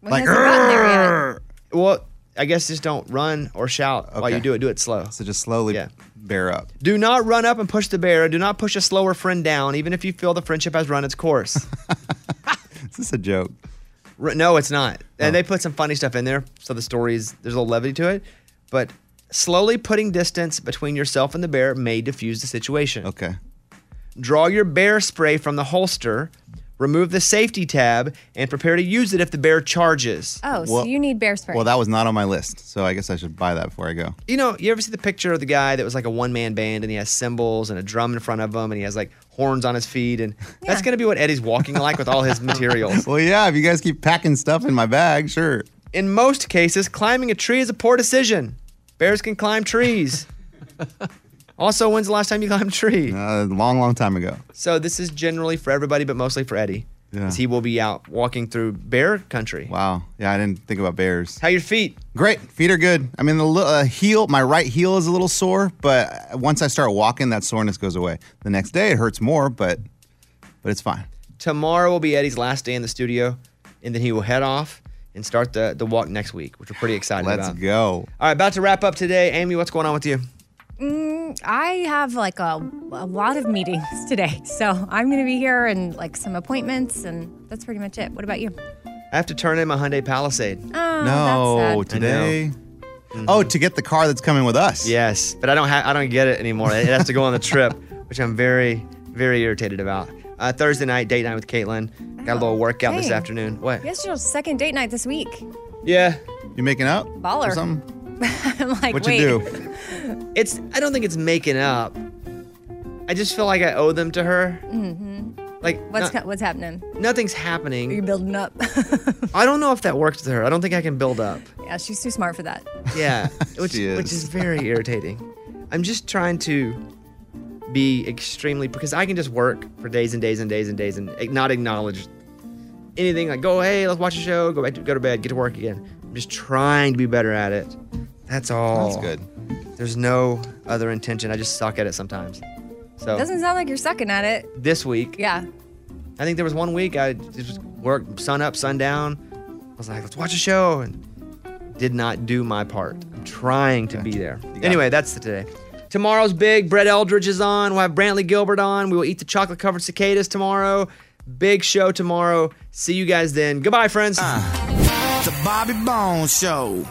D: Like, "Grrr." well, I guess just don't run or shout while you
G: Okay.
D: do it. Do it slow.
G: So just slowly bear up.
D: Do not run up and push the bear. Do not push a slower friend down, even if you feel the friendship has run its course.
G: Is this a joke?
D: R- no, it's not.
G: Oh.
D: And they put some funny stuff in there, so the story is there's a little levity to it. But slowly putting distance between yourself and the bear may diffuse the situation.
G: Okay.
D: Draw your bear spray from the holster, remove the safety tab, and prepare to use it if the bear charges.
E: Oh, so you need bear spray.
G: Well, that was not on my list, so I guess I should buy that before I go.
D: You know, you ever see the picture of the guy that was like a one man band and he has cymbals and a drum in front of him and he has like horns on his feet? And that's going to be what Eddie's walking like with all his materials.
G: well, yeah, if you guys keep packing stuff in my bag, sure.
D: In most cases, climbing a tree is a poor decision. Bears can climb trees. also, when's the last time you climbed a tree?
G: A Uh, long, long time ago.
D: So, this is generally for everybody, but mostly for Eddie. 'cause He will be out walking through bear country.
G: Wow. Yeah, I didn't think about bears.
D: How your feet?
G: Great. Feet are good. I mean, the li- uh, heel, my right heel is a little sore, but once I start walking, that soreness goes away. The next day, it hurts more, but but it's fine.
D: Tomorrow will be Eddie's last day in the studio, and then he will head off and start the, the walk next week, which we're pretty excited
G: Let's
D: about.
G: go.
D: All right, about to wrap up today. Amy, what's going on with you?
E: Mm, I have like a, a lot of meetings today, so I'm going to be here and like some appointments, and that's pretty much it. What about you?
D: I have to turn in my Hyundai Palisade.
E: Oh,
G: no,
D: that's sad. I know. Mm-hmm.
G: today. Oh, to get the car that's coming with us.
D: Yes, but I don't have I don't get it anymore. It has to go on the trip, which I'm very very irritated about. Uh, Thursday night date night with Caitlin. Got a
E: Oh,
D: little workout this
E: Dang.
D: afternoon. What?
E: Yes, your second date night this week.
D: Yeah.
G: You making up?
E: Baller. I'm like,
D: What you
E: wait.
D: do? It's I don't think it's making up. I just feel like I owe them to her.
E: hmm
D: Like
E: What's
D: no-
E: co- what's happening?
D: nothing's happening.
E: You're building up.
D: I don't know if that worked with her. I don't think I can build up.
E: yeah, she's too smart for that.
D: Yeah, which which is very irritating. I'm just trying to be extremely because I can just work for days and days and days and days and ag- not acknowledge anything. Like, go hey, let's watch a show, go back, to, go to bed, get to work again. I'm just trying to be better at it. That's all.
G: That's good.
D: There's no other intention. I just suck at it sometimes. So
E: Doesn't sound like you're sucking at it.
D: this week,
E: Yeah.
D: I think there was one week I just worked sun up, sun down. I was like, let's watch a show, and did not do my part. I'm trying to be there. Anyway, that's the today. Tomorrow's big. Brett Eldridge is on. We'll have Brantley Gilbert on. We will eat the chocolate covered cicadas tomorrow. Big show tomorrow. See you guys then. Goodbye, friends.
I: The Bobby Ah, Bones Show.